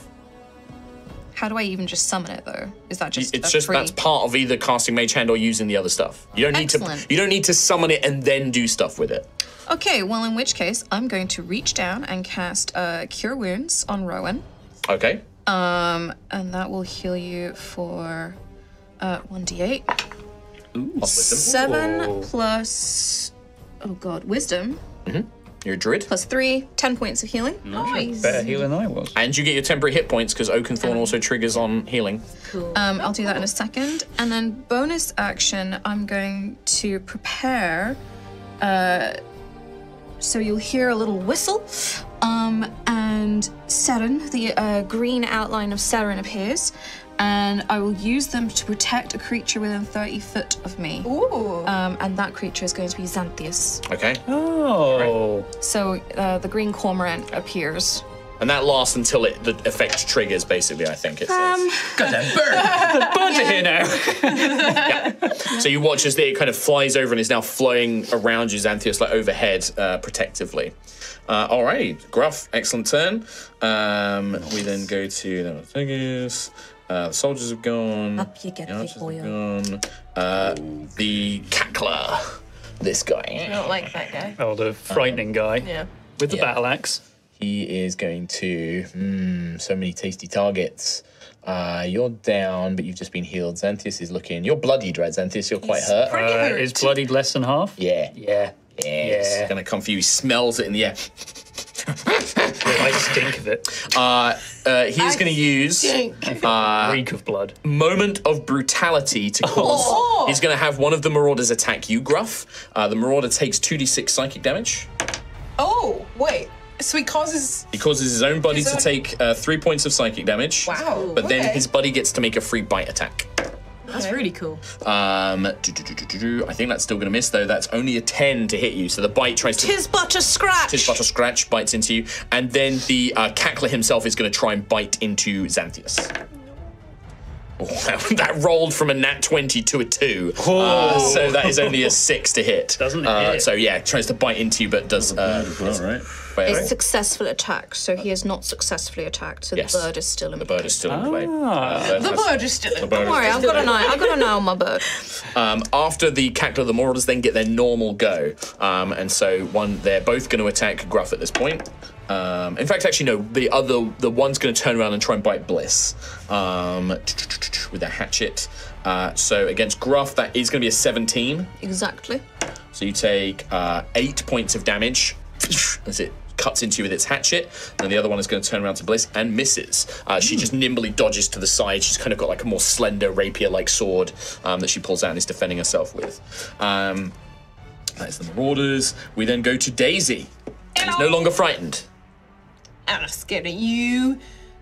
C: How do I even just summon it though? Is that just
B: it's
C: a
B: just
C: free?
B: that's part of either casting mage hand or using the other stuff. You don't need
C: Excellent.
B: to. You don't need to summon it and then do stuff with it.
C: Okay, well in which case I'm going to reach down and cast uh, Cure Wounds on Rowan,
B: Okay.
C: um, and that will heal you for uh, 1d8.
B: Plus wisdom.
C: Seven plus oh god, wisdom
B: You're a druid.
C: plus three, ten points of healing.
D: Nice. Better healer than I was.
B: And you get your temporary hit points because Oakenthorn also triggers on healing.
C: Um, I'll do that in a second. And then bonus action, I'm going to prepare. Uh, so you'll hear a little whistle, um, and Seren, the uh, green outline of Seren appears, and I will use them to protect a creature within 30 foot of me.
G: Ooh.
C: Um, and that creature is going to be Xanthius.
B: Okay.
D: Oh.
C: So uh, the green cormorant appears.
B: And that lasts until it the effect triggers, basically, I think it says.
C: Um,
K: (laughs)
B: Goddamn bird!
D: the birds are here now.
B: so you watch as it kind of flies over and is now flying around you, Xanthius, like overhead, uh, protectively. Uh, all right, Gruff, excellent turn. Um, We then go to the figures. Uh, the soldiers have gone.
K: Up you get
B: the
K: the
B: archers
K: oil.
B: have gone. Uh, the cackler. This
G: I
B: guy.
G: don't like that guy.
D: Oh, the frightening guy
G: Yeah.
D: with the
B: Yeah.
D: battle axe.
B: He is going to. Mm, so many tasty targets. Uh, you're down, but you've just been healed. Xanthius is looking. You're bloodied, right, Xanthius? You're quite hurt.
D: Uh, is bloodied less than half?
B: Yeah.
D: Yeah.
B: Yeah. It's gonna come for you. He smells it in the air.
D: I stink of it.
B: Uh, uh, he is gonna use Uh,
D: Reek of blood.
B: moment of brutality
G: Oh.
B: to cause. He's gonna have one of the marauders attack you, Gruff. Uh, the marauder takes two d six psychic damage.
G: Oh, wait. So he causes.
B: He causes his own buddy
G: His
B: to
G: own-
B: take uh, three points of psychic damage.
G: Wow,
B: But then
G: okay.
B: his buddy gets to make a free bite attack.
K: That's really cool.
B: Um, do, do, do, do, do, do. I think that's still gonna miss though. That's only a ten to hit you. So the bite tries to.
K: Tis but a scratch.
B: Tis but a scratch bites into you, and then the uh, cackler himself is going to try and bite into Xanthius. Oh, (laughs) that, that rolled from a nat 20 to a 2. Uh, so that is
D: (laughs)
B: only a 6 to hit.
D: Oh. Doesn't
B: uh,
D: hit.
B: So yeah, tries to bite into you, but does. Uh,
J: Well, right.
B: fail.
C: It's successful attack, so he is not successfully attacked,
B: Uh,
C: so
B: Yes.
C: the bird is still in
B: the bird is still in play.
D: Ah.
B: Uh,
G: The bird is still in.
C: Don't worry, I've got an eye. I've got an eye on my (laughs) bird.
B: Um, after the Cackler, the Marauders then get their normal go, um, and so one they're both going to attack Gruff at this point. Um, in fact, actually, no, the other the one's going to turn around and try and bite Bliss um, with a hatchet. Uh, so against Gruff, that is going to be a 17.
C: Exactly.
B: So you take uh, eight points of damage (sniffs) as it cuts into you with its hatchet. And the other one is going to turn around to Bliss and misses. Uh,
G: Hmm.
B: she just nimbly dodges to the side. She's kind of got like a more slender rapier-like sword um, that she pulls out and is defending herself with. Um, that is the Marauders. We then go to Daisy. She's no longer frightened.
G: I'm not scared of you.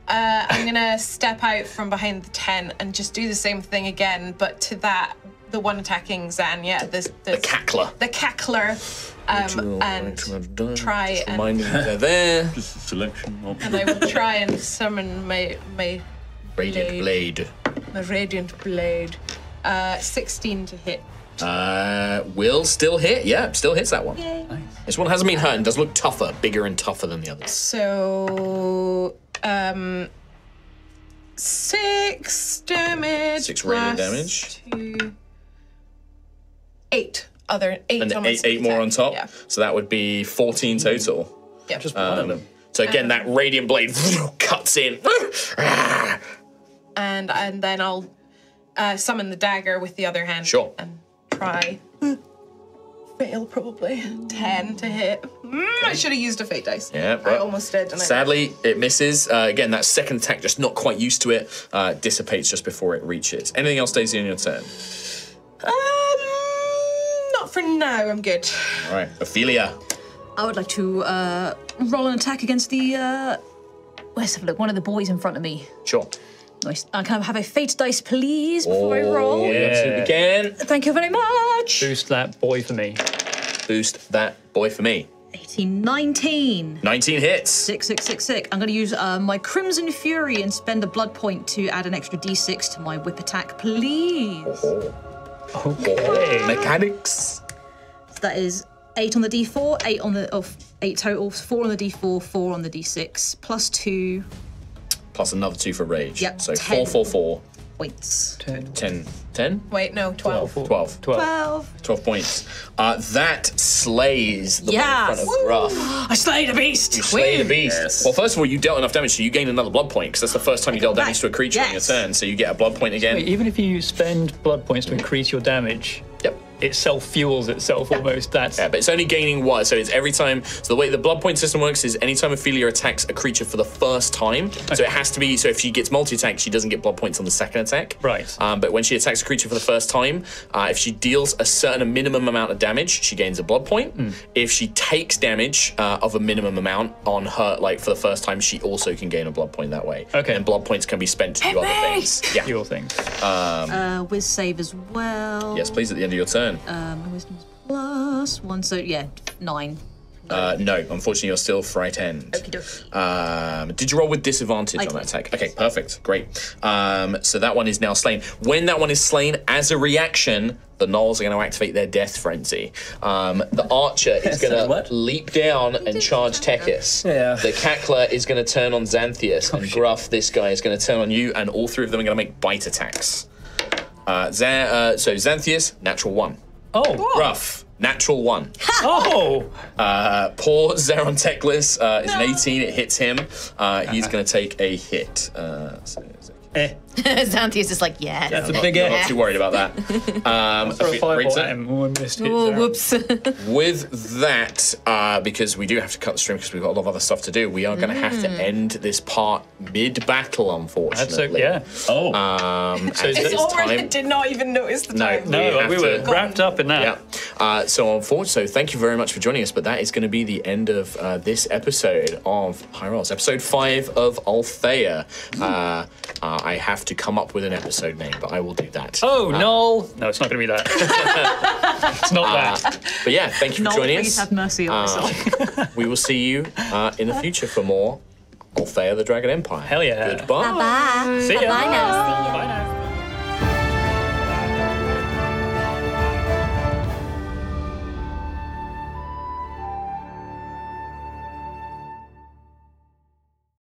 G: Uh, I'm gonna step out from behind the tent and just do the same thing again, but to that, the one attacking Zan, yeah, this, this
B: The cackler.
G: the cackler, um, and try and-
B: Reminding you they're there.
J: Just a selection
G: and
J: option.
G: I will try and summon my my
B: Radiant blade.
G: my radiant blade. Uh, 16 to hit.
B: Uh, will still hit. Yeah, still hits that one. This one hasn't been hurt and does look tougher, bigger and tougher than the others.
G: So, um, six damage.
B: Six radiant
G: plus
B: damage.
G: Two, eight other eight.
B: And then
G: on
B: eight,
G: the
B: eight more on top.
G: Yeah.
B: So that would be 14 total.
G: Yeah. Just
B: Um, so again, that radiant blade (laughs) cuts in.
G: And and then I'll uh, summon the dagger with the other hand.
B: Sure.
G: And try. Fail probably. Ten to hit. Mm, I should have used a fate dice.
B: (laughs) Yeah,
G: I
B: but
G: almost did. And I
B: Sadly, it misses. Uh, again, that second attack, just not quite used to it, uh, dissipates just before it reaches. Anything else, Daisy, in your turn?
G: Um, Not for now, I'm good.
B: All right, Ophelia.
I: I would like to uh, roll an attack against the. Uh, let's have a look. One of the boys in front of me.
B: Sure.
I: Nice. Uh, can I have a fate dice, please, before I roll?
B: Oh, Yeah. Again.
I: Thank you very much.
B: Boost that boy for me. Boost that boy for me.
I: 18, 19.
B: 19 hits.
I: Sick, sick, sick, sick. I'm going to use uh, my Crimson Fury and spend a blood point to add an extra d6 to my whip attack, please.
B: Okay. Mechanics.
I: So that is eight on the d4, eight on the of eight total, four on the d4, four on the d6, plus two
B: Plus another two for rage.
I: Yep,
B: So
I: ten.
B: four, four, four.
I: points.
B: 10, 10?
G: Wait, no, twelve.
B: 12.
I: 12.
B: 12 points. Uh, that slays the one in
I: Yes.
B: front of Gruff.
I: (gasps) I slayed a beast.
B: You slay the
I: Win.
B: beast. Well, first of all, you dealt enough damage, so you gain another blood point because that's the first time you dealt damage to a creature in your
D: Yes.
B: turn. So you get a blood point again.
D: Wait, even if you spend blood points to increase your damage,
B: yep.
D: it self fuels itself almost. That's
B: Yeah, but it's only gaining one. So it's every time. So the way the blood point system works is anytime Ophelia attacks a creature for the first time, so it has to be. So if she gets multi attack, she doesn't get blood points on the second attack.
D: Right.
B: Um, but when she attacks a creature for the first time, uh, if she deals a certain minimum amount of damage, she gains a blood point. If she takes damage uh, of a minimum amount on her, like for the first time, she also can gain a blood point that way. Okay. And blood points can be spent to do other things. Yeah.
D: Your things.
B: Um,
I: Uh, whiz save as well.
B: yes, please. At the end of your turn.
I: Um, my wisdom's plus one, so yeah, nine.
B: Uh, no, unfortunately, you're still frightened. Um, did you roll with disadvantage
I: I
B: on that
I: did.
B: attack? Okay, perfect, great. Um, so that one is now slain. When that one is slain, as a reaction, the gnolls are going to activate their death frenzy. Um, the archer is going to leap down and charge Tekis. Yeah. The cackler is going to turn on Xanthius, and Gruff, this guy, is going to turn on you, and all three of them are going to make bite attacks. Uh, Xan- uh, so Xanthius, natural one.
D: Oh,
B: Gruff, natural one. (laughs)
D: oh.
B: Uh, poor Zeron Teclis uh, is an 18. It hits him. Uh, he's going to take a hit. Uh, so,
D: Eh.
C: Xanthius is like, yeah.
B: yeah, I'm not, I'm not too worried about
D: (laughs)
B: that. Um,
D: Throw a
B: okay,
D: fireball
B: Rita,
D: at him. Oh, I missed it.
C: Oh,
D: there.
C: whoops.
B: With that, uh, because we do have to cut the stream because we've got a lot of other stuff to do, we are going to have to
C: Mm.
B: end this part mid battle, unfortunately.
D: That's
B: okay. Yeah. Oh. Um, so
G: it's already. I did not even notice the
B: No,
G: time.
B: we, were
D: wrapped up in that.
B: Yeah. Uh, so, unfortunately, so thank you very much for joining us. But that is going to be the end of uh, this episode of High Rolls, episode five of Althea. Uh, uh, I have to come up with an episode name, but I will do that.
D: Oh,
B: Uh,
D: no. No, it's not going to be that. (laughs) it's not
B: uh,
D: that.
B: but yeah, thank you for
D: No,
B: joining
D: please
B: us.
D: have mercy
B: Uh,
D: on
B: myself. we will see you uh, in the future for more Althea the Dragon Empire. Hell
D: yeah.
B: Goodbye.
C: Bye-bye.
B: See ya.
C: Bye-bye now.